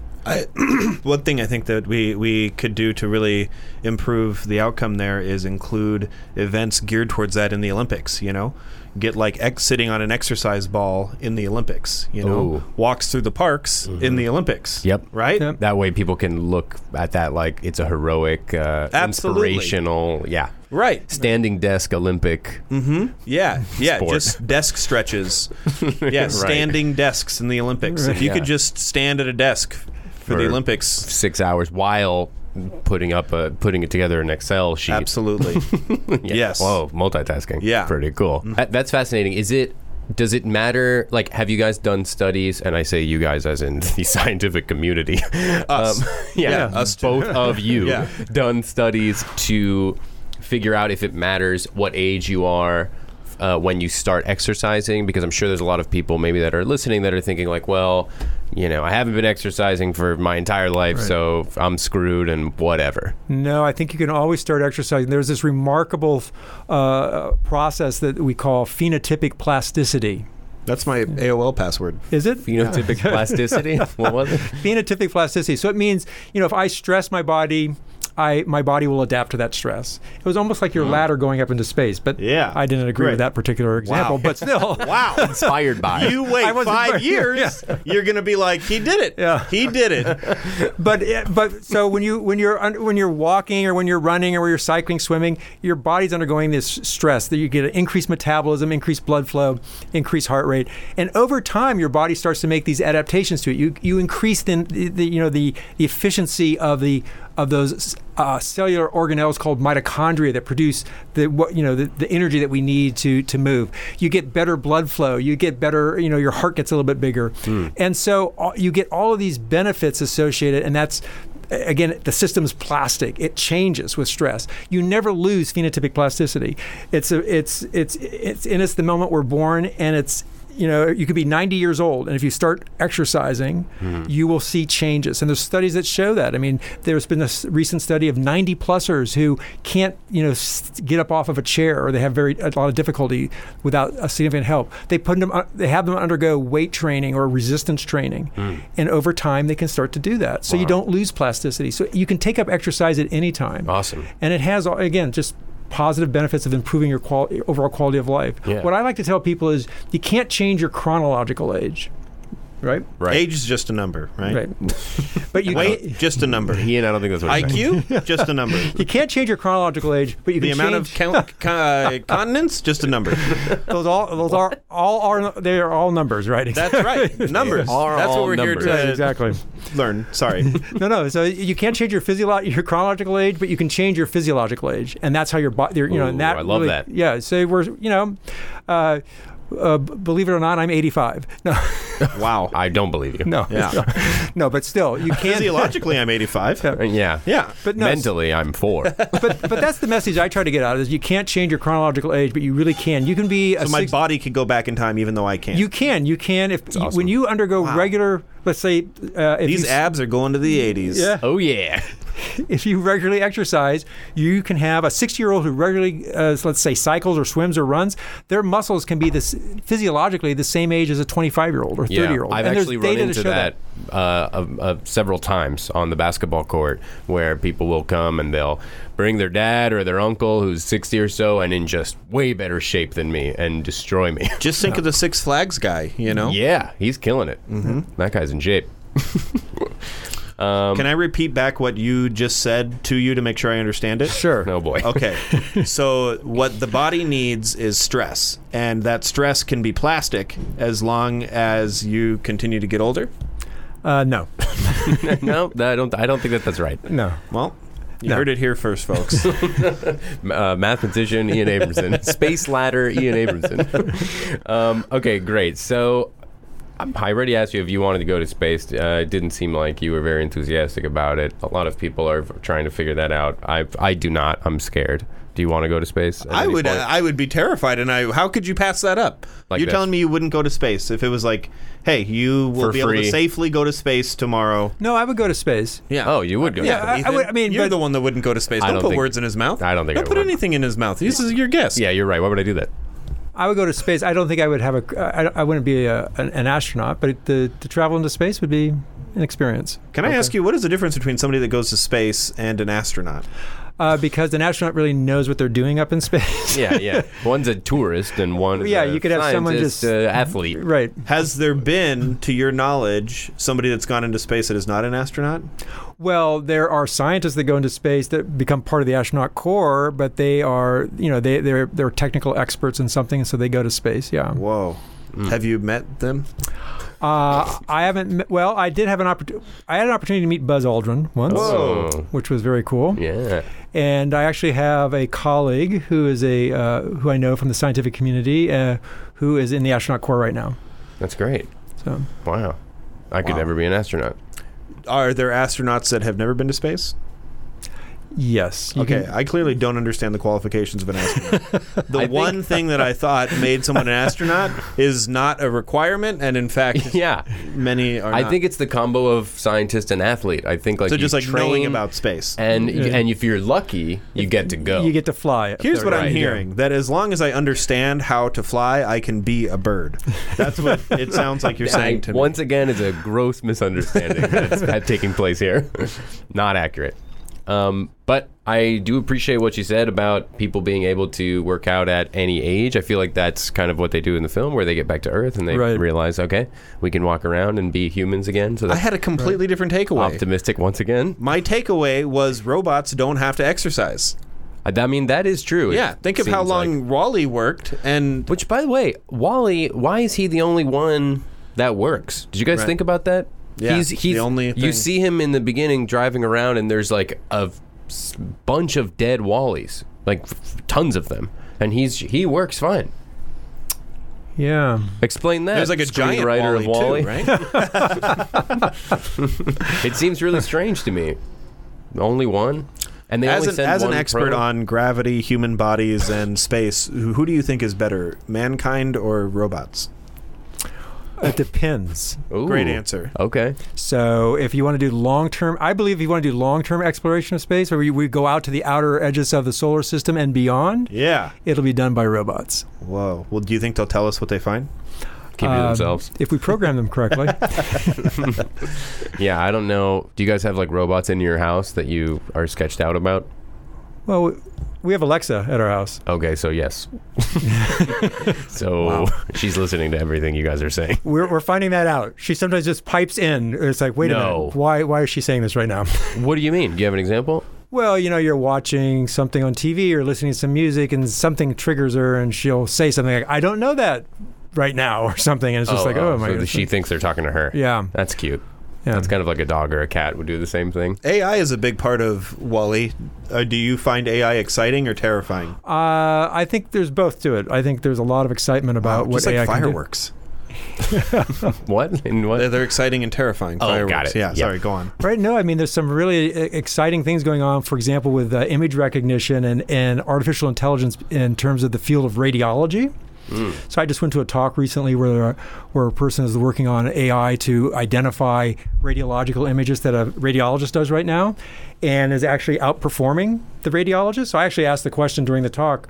D: one thing I think that we, we could do to really improve the outcome there is include events geared towards that in the Olympics. You know, get like ex- sitting on an exercise ball in the Olympics. You know,
A: Ooh. Mm-hmm.
D: walks through the parks in the Olympics.
A: Yep.
D: Right.
E: Yep.
A: That way people can look at that like it's a heroic, uh,
D: Absolutely.
A: inspirational, yeah.
D: Right.
A: Standing desk Olympic.
E: Mm,
D: Yeah. Yeah.
A: Sport.
D: Just
A: [laughs]
D: desk stretches. yeah.
A: Right.
D: Standing desks in the Olympics. If you
A: Yeah.
D: could just stand at a desk for the
A: For-
D: Olympics,
A: six hours while putting up a putting it together an Excel sheet. [laughs]
D: absolutely. Yes.
A: Whoa, multitasking.
D: Yeah. Mm-hmm.
A: Pretty cool. That- that's fascinating. Is it? Does it matter? Like, have you guys done studies? And I say you guys as in [laughs] the scientific community. [laughs] um,
D: Us.
A: yeah,
D: Yeah, us too.
A: both of you
D: [laughs] Yeah.
A: done studies to figure out if it matters what age you are uh, when you start exercising because i'm sure there's a lot of people maybe that are listening that are thinking like well you know i haven't been exercising for my entire life so i'm screwed and whatever
E: No, I think you can always start exercising. There's this remarkable uh, process that we call phenotypic plasticity.
G: That's my AOL password.
E: Is it?
A: phenotypic
D: [laughs]
A: plasticity what was it
E: [laughs] phenotypic plasticity. So it means, you know, if I stress my body, I my body will adapt to that stress. It was almost like your ladder going up into space, but
D: Mm-hmm. Yeah.
E: I didn't agree with
D: Great.
E: that particular example. But still,
D: [laughs] Wow.
A: [laughs] inspired by
E: [laughs]
D: You wait
E: wasn't
D: five
E: aware.
D: years, you're gonna be like, he did it.
E: Yeah.
D: He did it.
E: [laughs] but eh, but so when you when you're un, when you're walking or when you're running or when you're cycling, swimming, your body's undergoing this stress that you get an increased metabolism, increased blood flow, increased heart rate, and over time your body starts to make these adaptations to it. You you increase the, the you know the the efficiency of the of those uh, cellular organelles called mitochondria that produce the what you know the, the energy that we need to to move. You get better blood flow. You get better you know your heart gets a little bit bigger, and so all, you get all of these benefits associated, and that's. a- Again, the system's plastic. It changes with stress. You never lose phenotypic plasticity. It's a, it's it's it's in us the moment we're born, and it's you know you could be 90 years old and if you start exercising you will see changes and there's studies that show that i mean there's been a s- recent study of 90 plusers who can't you know s- get up off of a chair or they have very a lot of difficulty without a significant help they put them un- they have them undergo weight training or resistance training and over time they can start to do that so you don't lose plasticity so you can take up exercise at any time
A: Awesome.
E: and it has all- again just positive benefits of improving your qual- overall quality of life.
A: Yeah.
E: What I like to tell people is you can't change your chronological age, right?
A: right
D: Age is just a number, right?
E: [laughs] Right. but you
D: Weight,
E: can't,
D: just a number.
A: ian i don't think that's what he's saying. [laughs]
D: IQ, just a number.
E: you can't change your chronological age, but you can
D: The amount of
E: change
D: count,
E: [laughs]
D: uh, continents, just a number.
E: those all those are all are they are all numbers, right?
D: That's right. Numbers.
A: Are
D: That's
A: all
D: what we're
A: numbers.
D: here
E: [laughs] Right,
D: to
E: exactly.
D: learn. Sorry.
E: [laughs] No, no. So you can't change your physiolo- your chronological age, but you can change your physiological age, and that's how your body. You know, and
A: Ooh,
E: that
A: I love
E: really-
A: that.
E: Yeah. So we're you know, uh, uh, b- believe it or not, I'm 85. No, [laughs]
D: Wow.
A: i don't believe you
E: no,
D: Yeah.
E: [laughs] no. But
A: [laughs]
E: still, you can't.
D: Physiologically, I'm 85.
E: Yeah.
A: yeah
D: Yeah.
E: [laughs] But no,
A: mentally i'm four
E: [laughs] but but that's the message I try to get out is you can't change your chronological age, but you really can. You can be a
D: So my
E: six-
D: body could go back in time, even though I can't.
E: you can you can if you- when you undergo regular let's say uh, if
D: These
E: you,
D: abs are going to the 80s.
E: Yeah.
A: oh yeah
E: if you regularly exercise, you can have a 60 year old who regularly, uh, let's say, cycles or swims or runs, their muscles can be this physiologically the same age as a 25 year old or 30
A: yeah
E: year old.
A: i've
E: and there's
A: actually run
E: data to
A: into
E: show
A: that, Uh, of- of several times on the basketball court where people will come and they'll bring their dad or their uncle who's 60 or so and in just way better shape than me and destroy me [laughs]
D: Just think of the Six Flags guy, you know?
A: yeah he's killing it mm-hmm. that guy's in shape
D: Can I repeat back what you just said to you to make sure I understand it?
E: Sure.
A: oh boy
D: [laughs]
A: [laughs]
D: Okay. so what the body needs is stress, and that stress can be plastic as long as you continue to get older.
E: Uh, no,
A: no i don't i don't think that that's right
E: no.
D: Well, You heard it here first,
A: [laughs]
D: folks.
A: uh, mathematician Ian Abramson, space ladder Ian Abramson. um, okay, great. So um, I already asked you if you wanted to go to space. Uh, it didn't seem like you were very enthusiastic about it. A lot of people are f- trying to figure that out. I I do not. I'm scared. Do you want to go to space? at
D: I
A: any
D: would uh,
A: point?
D: I would be terrified, and I how could you pass that up?
A: Like
D: You're
A: this.
D: telling me you wouldn't go to space if it was like, hey, you will
A: For
D: be able
A: free.
D: to safely go to space tomorrow.
E: No, I would go to space.
D: Yeah.
A: oh, you would go.
E: Yeah,
A: to
E: I-
A: space.
E: I would- mean,
D: you're
E: but-
D: the one that wouldn't go to space.
A: I
D: Don't,
A: don't
D: put
A: think-
D: words in his mouth.
A: I don't think
D: Don't
A: I
D: put
A: would.
D: anything in his mouth. This is your guess.
A: yeah, you're right. Why would I do that?
E: I would go to space. I don't think I would have a. I, I wouldn't be a, an, an astronaut, but it, the to travel into space would be an experience.
D: Can I ask you what is the difference between somebody that goes to space and an astronaut?
E: Uh, because an astronaut really knows what they're doing up in [laughs] space.
A: Yeah, yeah. [laughs] One's a tourist and one. is
E: Yeah,
A: a
E: you could have someone
A: scientist,
E: just-
A: uh, athlete.
E: right.
D: Has there been, to your knowledge, somebody that's gone into space that is not an astronaut?
E: Well, there are scientists that go into space that become part of the astronaut corps, but they are, you know, they they're they're technical experts in something, so they go to space. Yeah.
D: Whoa. Mm. Have you met them?
E: Uh, I haven't. Met, well, I did have an opportunity. I had an opportunity to meet Buzz Aldrin once,
A: Whoa.
E: which was very cool.
A: Oh, Yeah.
E: and I actually have a colleague who is a uh, who I know from the scientific community uh, who is in the astronaut corps right now.
A: That's great.
E: So
A: Wow. I could
D: Wow.
A: never be an astronaut.
D: Are there astronauts that have never been to space?
A: Mm-hmm.
E: yes, you
D: Okay,
E: can-
D: I clearly don't understand the qualifications of an
A: [laughs]
D: astronaut. the
A: think-
D: one thing that I thought made someone an
A: [laughs]
D: astronaut is not a requirement, and in fact,
A: Yeah.
D: many are.
A: I
D: not.
A: think it's the combo of scientist and athlete. I think like
D: Uh-huh. so.
A: you
D: Just like
A: train
D: knowing about space.
A: and
E: Yeah.
A: and if you're lucky, you get to go.
E: you get to fly. up
D: Here's
E: there,
D: what
E: right?
D: I'm
A: yeah.
D: hearing: that as long as I understand how to fly, I can be
A: [laughs]
D: a bird. That's what it sounds like you're saying to
A: I-
D: me.
A: once again, it's a gross
D: [laughs]
A: misunderstanding that's that's taking place here. [laughs] Not accurate. Um, but I do appreciate what you said about people being able to work out at any age. I feel like that's kind of what they do in the film, where they get back to Earth and they
E: Right.
A: realize, okay, we can walk around and be humans again. So
D: I
A: that's
D: had a completely different takeaway.
A: optimistic once again.
D: My takeaway was robots don't have to exercise.
A: I, I mean, that is true. It
D: Yeah, think of how
A: seems like-
D: long Raleigh worked, and
A: Which, by the way, Wally, why is he the only one that works? Did you guys think about that?
D: Yeah,
A: he's
D: the
A: he's
D: only
A: You
D: thing.
A: see him in the beginning driving around, and there's like a s- bunch of dead Wallys, like f- tons of them, and he's he works fine.
E: Yeah,
A: Explain that.
D: there's like a giant
A: screenwriter
D: Wall-E
A: of Wally.
D: too, right?
A: It seems
D: [laughs]
A: really strange to me. Only one, and [laughs] they
D: as
A: only
D: an,
A: send
D: as an
A: one
D: expert
A: probe?
D: on gravity, human bodies, and space, who, who do you think is better, mankind or robots?
E: it depends.
A: Ooh,
D: Great answer.
A: Okay,
E: So if you want to do long term, I believe if you want to do long term exploration of space, where we, we go out to the outer edges of the solar system and beyond,
D: Yeah.
E: it'll be done by robots
D: Whoa. Well, do you think they'll tell us what they find?
A: keep it to
E: Um,
A: themselves.
E: if we program them correctly.
A: Yeah, I don't know. Do you guys have like robots in your house that you are sketched out about?
E: well, we- we have Alexa at our house.
A: Okay, so [laughs] yes. so she's listening to everything you guys are saying.
E: We're, we're finding that out. She sometimes just pipes in. It's like, wait a
A: No.
E: minute, why why is she saying this right now?
A: What do you mean? Do you have an example?
E: Well, you know, you're watching something on TV or listening to some music, and something triggers her, and she'll say something like, "I don't know that right now," or something, and it's just like, "Oh, my
A: so
E: goodness."
A: she thinks they're talking to her.
E: Yeah.
A: That's cute.
E: Yeah.
A: That's kind of like a dog or a cat would do the same thing.
D: AI is a big part of Wally. Uh, do you find AI exciting or terrifying?
E: uh, I think there's both to it. I think there's a lot of excitement about what
D: Just like
E: AI can do.
D: fireworks.
A: What? In what?
D: They're, they're exciting and terrifying.
A: Oh, got
D: fireworks.
A: it.
D: Yeah,
A: Yeah.
D: Sorry. Go on.
E: Right? No, I mean, there's some really uh, exciting things going on. For example, with uh, image recognition and, and artificial intelligence in terms of the field of radiology. So I just went to a talk recently where where a person is working on AI to identify radiological images that a radiologist does right now, and is actually outperforming the radiologist. So I actually asked the question during the talk.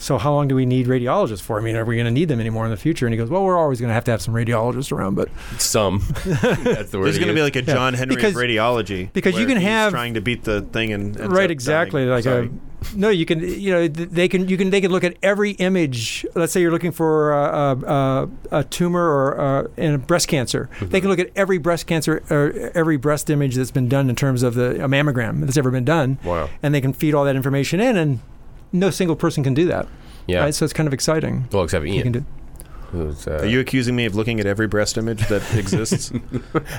E: So how long do we need radiologists for? I mean, are we going to need them anymore in the future? And he goes, "Well, we're always going to have to have some radiologists around, but
A: [laughs] Some. [laughs] That's the word.
D: There's
A: he
D: going to be
A: used.
D: like a John Henry
E: Because-
D: of radiology.
E: because you
D: where
E: can
D: he's
E: have-
D: trying to beat the thing and ends up
E: right exactly
D: dying.
E: like um,
D: Sorry.
E: a no you can you know th- they can you can they can look at every image let's say you're looking for a, a, a tumor or uh and breast cancer they can look at every breast cancer or every breast image that's been done in terms of the a mammogram that's ever been done
A: Wow.
E: and they can feed all that information in and no single person can do that
A: Yeah.
E: right so it's kind of exciting
A: well, except
E: you
A: Ian.
E: can do
A: Who's, uh,
D: Are you accusing me of looking at every breast image
E: [laughs]
D: that exists?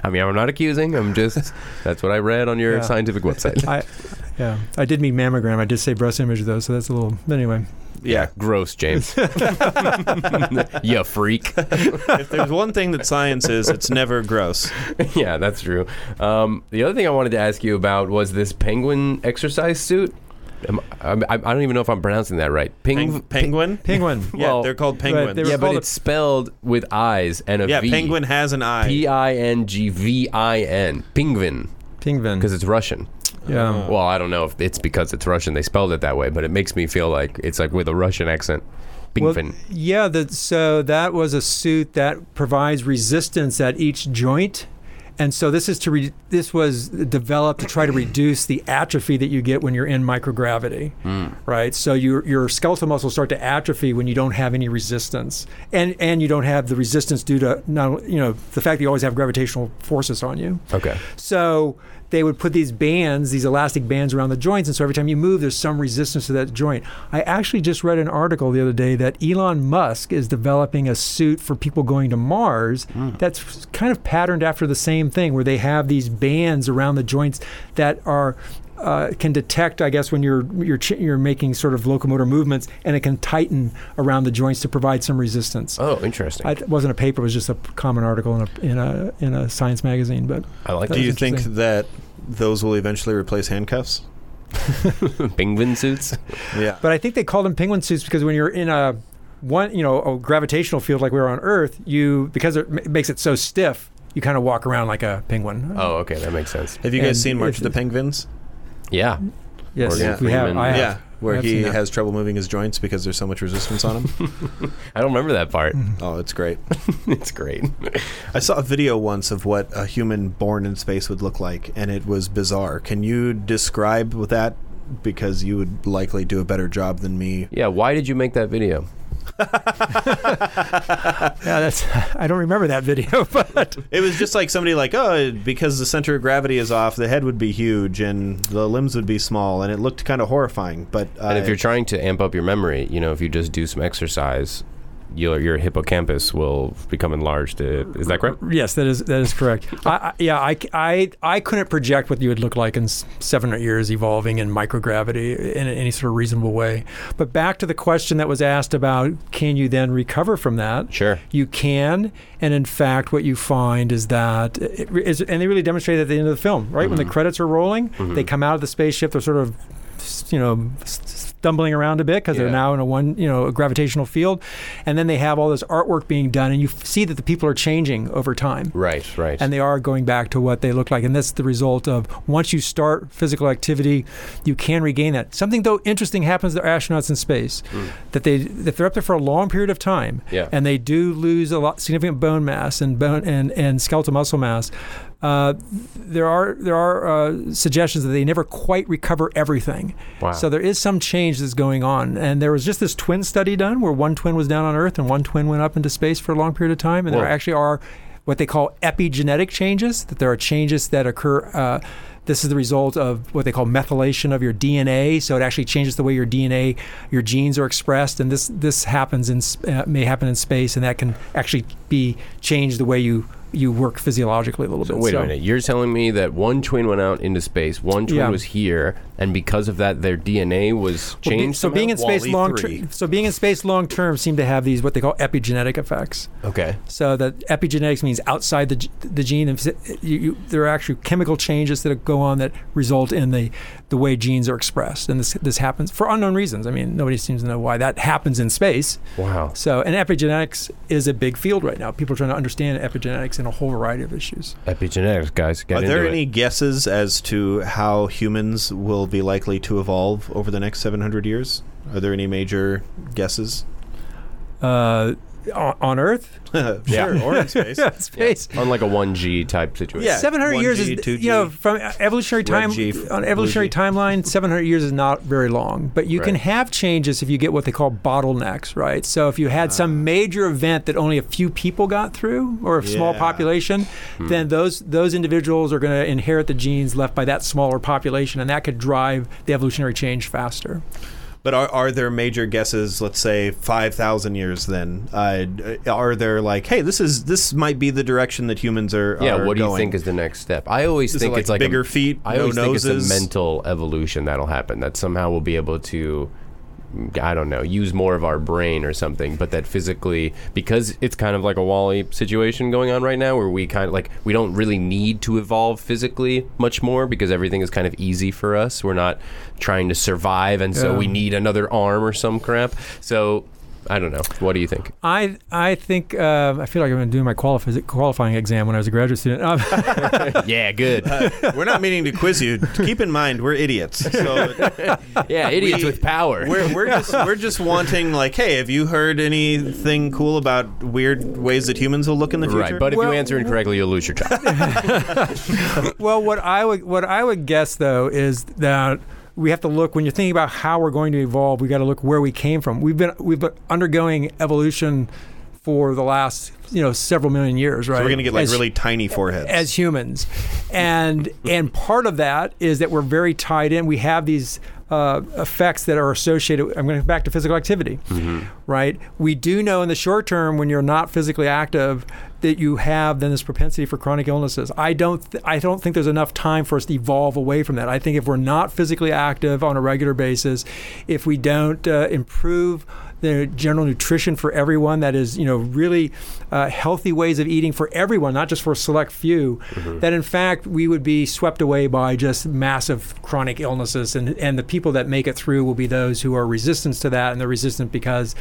A: I mean, I'm not accusing. I'm just. That's what I read on your
E: Yeah. [laughs]
A: scientific website.
E: I, Yeah, I did mean mammogram. I did say breast image though, so that's a little. Anyway,
D: Yeah.
A: Gross,
E: [laughs]
A: James. [laughs] you freak.
D: if there's one thing that science is, it's never gross.
A: [laughs] yeah, that's true. Um, the other thing I wanted to ask you about was this penguin exercise suit. Am I, I, I don't even know if I'm pronouncing that right.
D: Peng-
A: Peng,
D: penguin?
E: penguin.
D: yeah,
A: well,
D: they're called
E: right,
D: penguins.
E: they were
A: yeah, but
E: called a-
A: it's spelled with eyes and a
D: yeah, penguin has an eye.
A: P I N G V I N. Penguin.
E: Penguin.
A: Because it's Russian.
E: yeah.
D: Oh.
A: Well, I don't know if it's because it's Russian they spelled it that way, but it makes me feel like it's like with a Russian accent.
E: Well,
A: Penguin.
E: yeah, the, so that was a suit that provides resistance at each joint. And so this is to re- this was developed to try to reduce the atrophy that you get when you're in microgravity, right? So your your skeletal muscles start to atrophy when you don't have any resistance, and and you don't have the resistance due to not you know the fact that you always have gravitational forces on you.
A: okay.
E: So they would put these bands, these elastic bands around the joints, and so every time you move, there's some resistance to that joint. I actually just read an article the other day that Elon Musk is developing a suit for people going to Mars that's kind of patterned after the same thing, where they have these bands around the joints that are. Uh, can detect, I guess, when you're you're ch- you're making sort of locomotor movements, and it can tighten around the joints to provide some resistance.
A: Oh, interesting.
E: I, it wasn't a paper; it was just a common article in a in a in a science magazine. But
A: I like
D: Do
E: That's
D: you think
E: interesting.
D: that those will eventually replace handcuffs?
A: [laughs] penguin suits.
D: Yeah.
E: But I think they called them penguin suits because when you're in a one, you know, a gravitational field like we were on Earth, you because it ma- makes it so stiff, you kind of walk around like a penguin.
A: Oh, okay. That makes sense.
D: Have you guys
E: And
D: seen March
E: if-
D: of the Penguins?
A: Yeah.
E: yes,
A: Morgan
E: we have.
A: Freeman.
E: I have.
D: yeah, where
E: I've
D: he
E: seen that.
D: has trouble moving his joints because there's so much resistance on him.
E: [laughs]
A: I don't remember that part. [laughs]
D: oh, it's great.
A: it's great. [laughs]
D: I saw a video once of what a human born in space would look like, and it was bizarre. Can you describe with that? Because you would likely do a better job than me.
A: Yeah. Why did you make that video?
E: Yeah, that's. [laughs] I don't remember that video, [laughs] but
D: It was just like somebody like, oh, because the center of gravity is off, the head would be huge and the limbs would be small, and it looked kind of horrifying. But uh,
A: And if you're trying to amp up your memory, you know, if you just do some exercise, your your hippocampus will become enlarged. Uh, Is that correct?
E: yes, that is that
A: [laughs]
E: is correct. I, I, yeah, I, c- I- I couldn't project what you would look like in s- seven or eight years evolving in microgravity in any sort of reasonable way. But back to the question that was asked about can you then recover from that?
A: Sure.
E: You can, and in fact, what you find is that, it re- is, and they really demonstrate it at the end of the film, right?
A: Mm-hmm.
E: When the credits are rolling, they come out of the spaceship. They're sort of, s- you know, s- stumbling around a bit because
A: Yeah.
E: they're now in a one, you know, a gravitational field, and then they have all this artwork being done, and you f- see that the people are changing over time.
A: Right. Right.
E: And they are going back to what they look like. And that's the result of once you start physical activity, you can regain that. Something, though, interesting happens to astronauts in space that they, if they're up there for a long period of time
A: Hmm. Yeah.
E: and they do lose a lot significant bone mass and bone and, and skeletal muscle mass, uh, there are there are uh, suggestions that they never quite recover everything.
A: Wow.
E: So there is some change that's going on. And there was just this twin study done where one twin was down on Earth and one twin went up into space for a long period of time. And
A: Whoa.
E: there actually are what they call epigenetic changes, that there are changes that occur. Uh, this is the result of what they call methylation of your DNA. So it actually changes the way your DNA, your genes are expressed. And this, this happens in, sp- uh, may happen in space, and that can actually be changed the way you, you work physiologically a little
A: So
E: bit.
A: wait
E: So-
A: a minute. You're telling me that one twin went out into space, one twin
E: Yeah.
A: was here, and because of that, their DNA was
E: Well, be-
A: changed.
E: so being in
A: somehow? E
E: space long
D: three.
E: term, so being in space long term seemed to have these what they call epigenetic effects.
A: okay.
E: So that epigenetics means outside the g- the gene. And s- you, you, there are actually chemical changes that go on that result in the the way genes are expressed, and this this happens for unknown reasons. I mean, nobody seems to know why that happens in space.
A: Wow.
E: So, and epigenetics is a big field right now. People are trying to understand epigenetics in a whole variety of issues.
A: Epigenetics, guys. Get
D: are there
A: into it.
D: any guesses as to how humans will be likely to evolve over the next 700 years? Are there any major guesses? [laughs]
E: Uh, on, on Earth, [laughs]
D: Sure, or in space.
E: space.
A: on like a one G type situation?
D: Yeah.
E: seven hundred years
D: 1G,
E: is
D: 2G,
E: you know from e, evolutionary
D: red
E: time
D: G, f-
E: on evolutionary
D: blue
E: timeline. Seven hundred years is not very long, but you can
A: Right.
E: have changes if you get what they call bottlenecks, right? So if you had
D: Ah.
E: some major event that only a few people got through, or a small
D: Yeah. Hmm.
E: population, then those those individuals are going to inherit the genes left by that smaller population, and that could drive the evolutionary change faster.
D: But are, are there major guesses? Let's say five thousand years. Then uh, are there like, hey, this is this might be the direction that humans are.
A: Yeah,
D: are
A: what do you
D: going.
A: think is the next step? I always
D: Is it
A: think
D: like
A: it's like
D: bigger
A: a,
D: feet,
A: I
D: no
A: always think it's
D: noses?
A: a mental evolution that'll happen. That somehow we'll be able to, I don't know, use more of our brain or something. But that physically, because it's kind of like a Wally situation going on right now, where we kind of like we don't really need to evolve physically much more because everything is kind of easy for us. We're not trying to survive, and so
E: Yeah.
A: we need another arm or some crap. So. I don't know. What do you think?
E: I I think uh, I feel like I'm going to do my qualif- qualifying exam when I was a graduate student. Um, [laughs]
A: Yeah, good.
D: [laughs] We're not meaning to quiz you. Keep in mind, we're idiots. So
A: Yeah, idiots
D: We-
A: with power.
D: We're, we're just we're just wanting like, hey, have you heard anything cool about weird ways that humans will look in the future?
A: Right, but if
E: Well-
A: you answer incorrectly, you'll lose your job.
D: [laughs]
E: well, what I would what I would guess though is that we have to look when you're thinking about how we're going to evolve. We got to look where we came from. We've been we've been undergoing evolution for the last you know several million years, right?
D: so we're gonna get like
E: As-
D: really tiny foreheads.
E: as humans, and and part of that is that we're very tied in. We have these uh, effects that are associated. I'm going to go back to physical activity, right? We do know in the short term when you're not physically active that you have then this propensity for chronic illnesses. I don't th- I don't think there's enough time for us to evolve away from that. I think if we're not physically active on a regular basis, if we don't uh, improve the general nutrition for everyone that is you know really uh, healthy ways of eating for everyone not just for a select few
D: Mm-hmm.
E: that in fact we would be swept away by just massive chronic illnesses and and the people that make it through will be those who are resistant to that and they're resistant because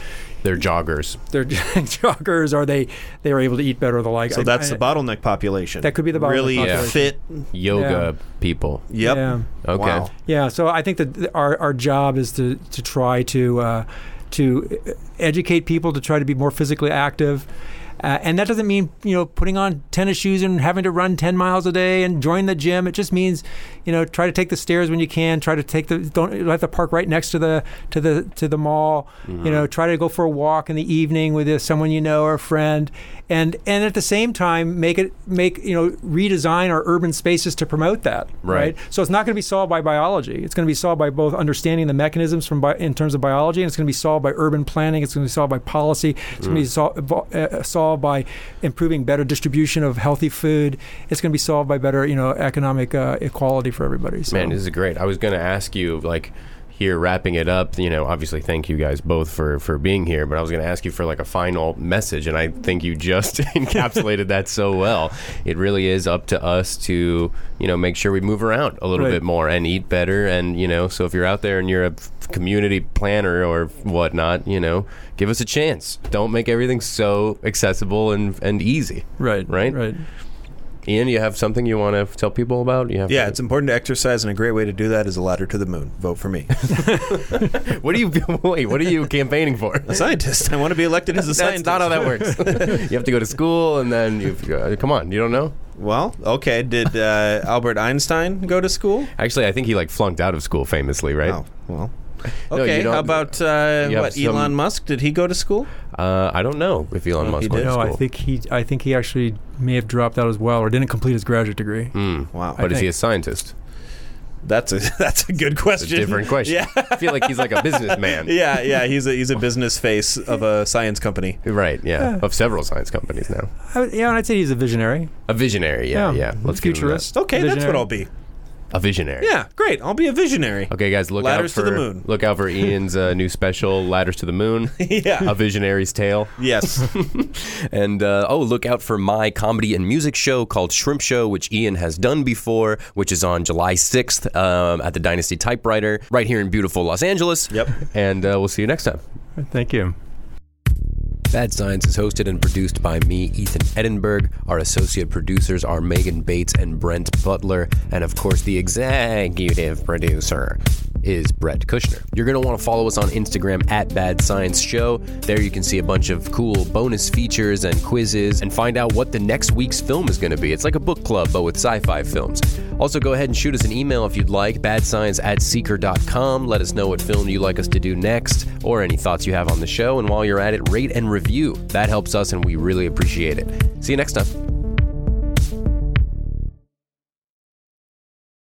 A: They're joggers.
E: they're [laughs] joggers or they they are able to eat better or the like
D: so
E: I-
D: that's
E: I-
D: the bottleneck population.
E: That could be the bottleneck
D: really
E: population.
D: fit.
A: Yoga people.
D: Yep.
E: Yeah.
A: Okay.
D: Wow.
E: Yeah, so I think that th- our our job is to to try to uh, to educate people to try to be more physically active. Uh, and that doesn't mean you know putting on tennis shoes and having to run 10 miles a day and join the gym it just means you know try to take the stairs when you can try to take the don't you don't have to park right next to the to the to the mall you know try to go for a walk in the evening with uh, someone you know or a friend and and at the same time make it make you know redesign our urban spaces to promote that
A: Right.
E: so it's not going to be solved by biology. It's going to be solved by both understanding the mechanisms from bi- in terms of biology, and it's going to be solved by urban planning. It's going to be solved by policy. It's going to be
A: Mm.
E: sol- evol- uh, solved by improving better distribution of healthy food. It's going to be solved by better, you know, economic uh, equality for everybody. So.
A: Man, this is great. I was going to ask you, like, here wrapping it up. You know, obviously, thank you guys both for for being here. But I was going to ask you for like a final message, and I think you just [laughs] encapsulated that so well. It really is up to us to you know make sure we move around a little
E: Right.
A: bit more and eat better. And you know, so if you're out there and you're a community planner or whatnot, you know, give us a chance. Don't make everything so accessible and and easy.
E: right,
A: right?
E: right.
A: Ian, you have something you want to tell people about? You have
D: Yeah, it's important to exercise, and a great way to do that is a ladder to the moon. Vote for me,
A: [laughs] What are you [laughs] wait? What are you campaigning for?
D: a scientist. I want to be elected as
A: [laughs]
D: a
A: That's
D: scientist.
A: not how that works. you have to go to school, and then you uh, come on. You don't know?
D: Well, okay. Did uh, Albert Einstein go to school?
A: Actually, I think he like flunked out of school famously, right?
D: Oh,
A: you
D: well. Okay.
A: don't-
D: how about uh,
A: you have
D: what?
A: some-
D: Elon Musk? Did he go to school?
A: Uh, I don't know if Elon Musk
D: he
A: went
D: did.
A: to
E: No,
A: school.
E: I think he, I think he actually may have dropped out as well, or didn't complete his graduate degree.
A: Hmm.
D: Wow.
A: but is he
E: think-
A: a scientist?
D: That's a [laughs] that's a good question. [laughs]
A: Different question.
D: Yeah.
A: I feel like he's like a businessman.
D: [laughs] Yeah, yeah, he's a he's a business face of a science company.
A: Right. Yeah. Of several science companies now.
E: I, would- yeah, and I'd say he's a visionary.
A: A visionary. Yeah. Yeah. Let's give him that.
E: futurist.
D: Okay, that's what
E: Visionary.
D: I'll be.
A: A visionary.
D: Yeah, great. I'll be a visionary.
A: Okay, guys, look
D: Ladders
A: out for
D: to the moon.
A: look out for Ian's uh, new special, "Ladders to the Moon."
D: Yeah.
A: a visionary's tale. [laughs]
D: Yes.
A: And uh, oh, look out for my comedy and music show called Shrimp Show, which Ian has done before, which is on July 6th um, at the Dynasty Typewriter right here in beautiful Los Angeles.
D: Yep.
A: And uh, we'll see you next time.
E: Thank you.
A: Bad Science is hosted and produced by me, Ethan Edinburgh. Our associate producers are Megan Bates and Brent Butler. And of course, the executive producer is Brett Kushner. You're going to want to follow us on Instagram at Bad Science Show. There you can see a bunch of cool bonus features and quizzes and find out what the next week's film is going to be. It's like a book club, but with sci fi films. Also, go ahead and shoot us an email if you'd like, badscience at seeker.com. Let us know what film you'd like us to do next or any thoughts you have on the show. And while you're at it, rate and review. That helps us, and we really appreciate it. See you next time.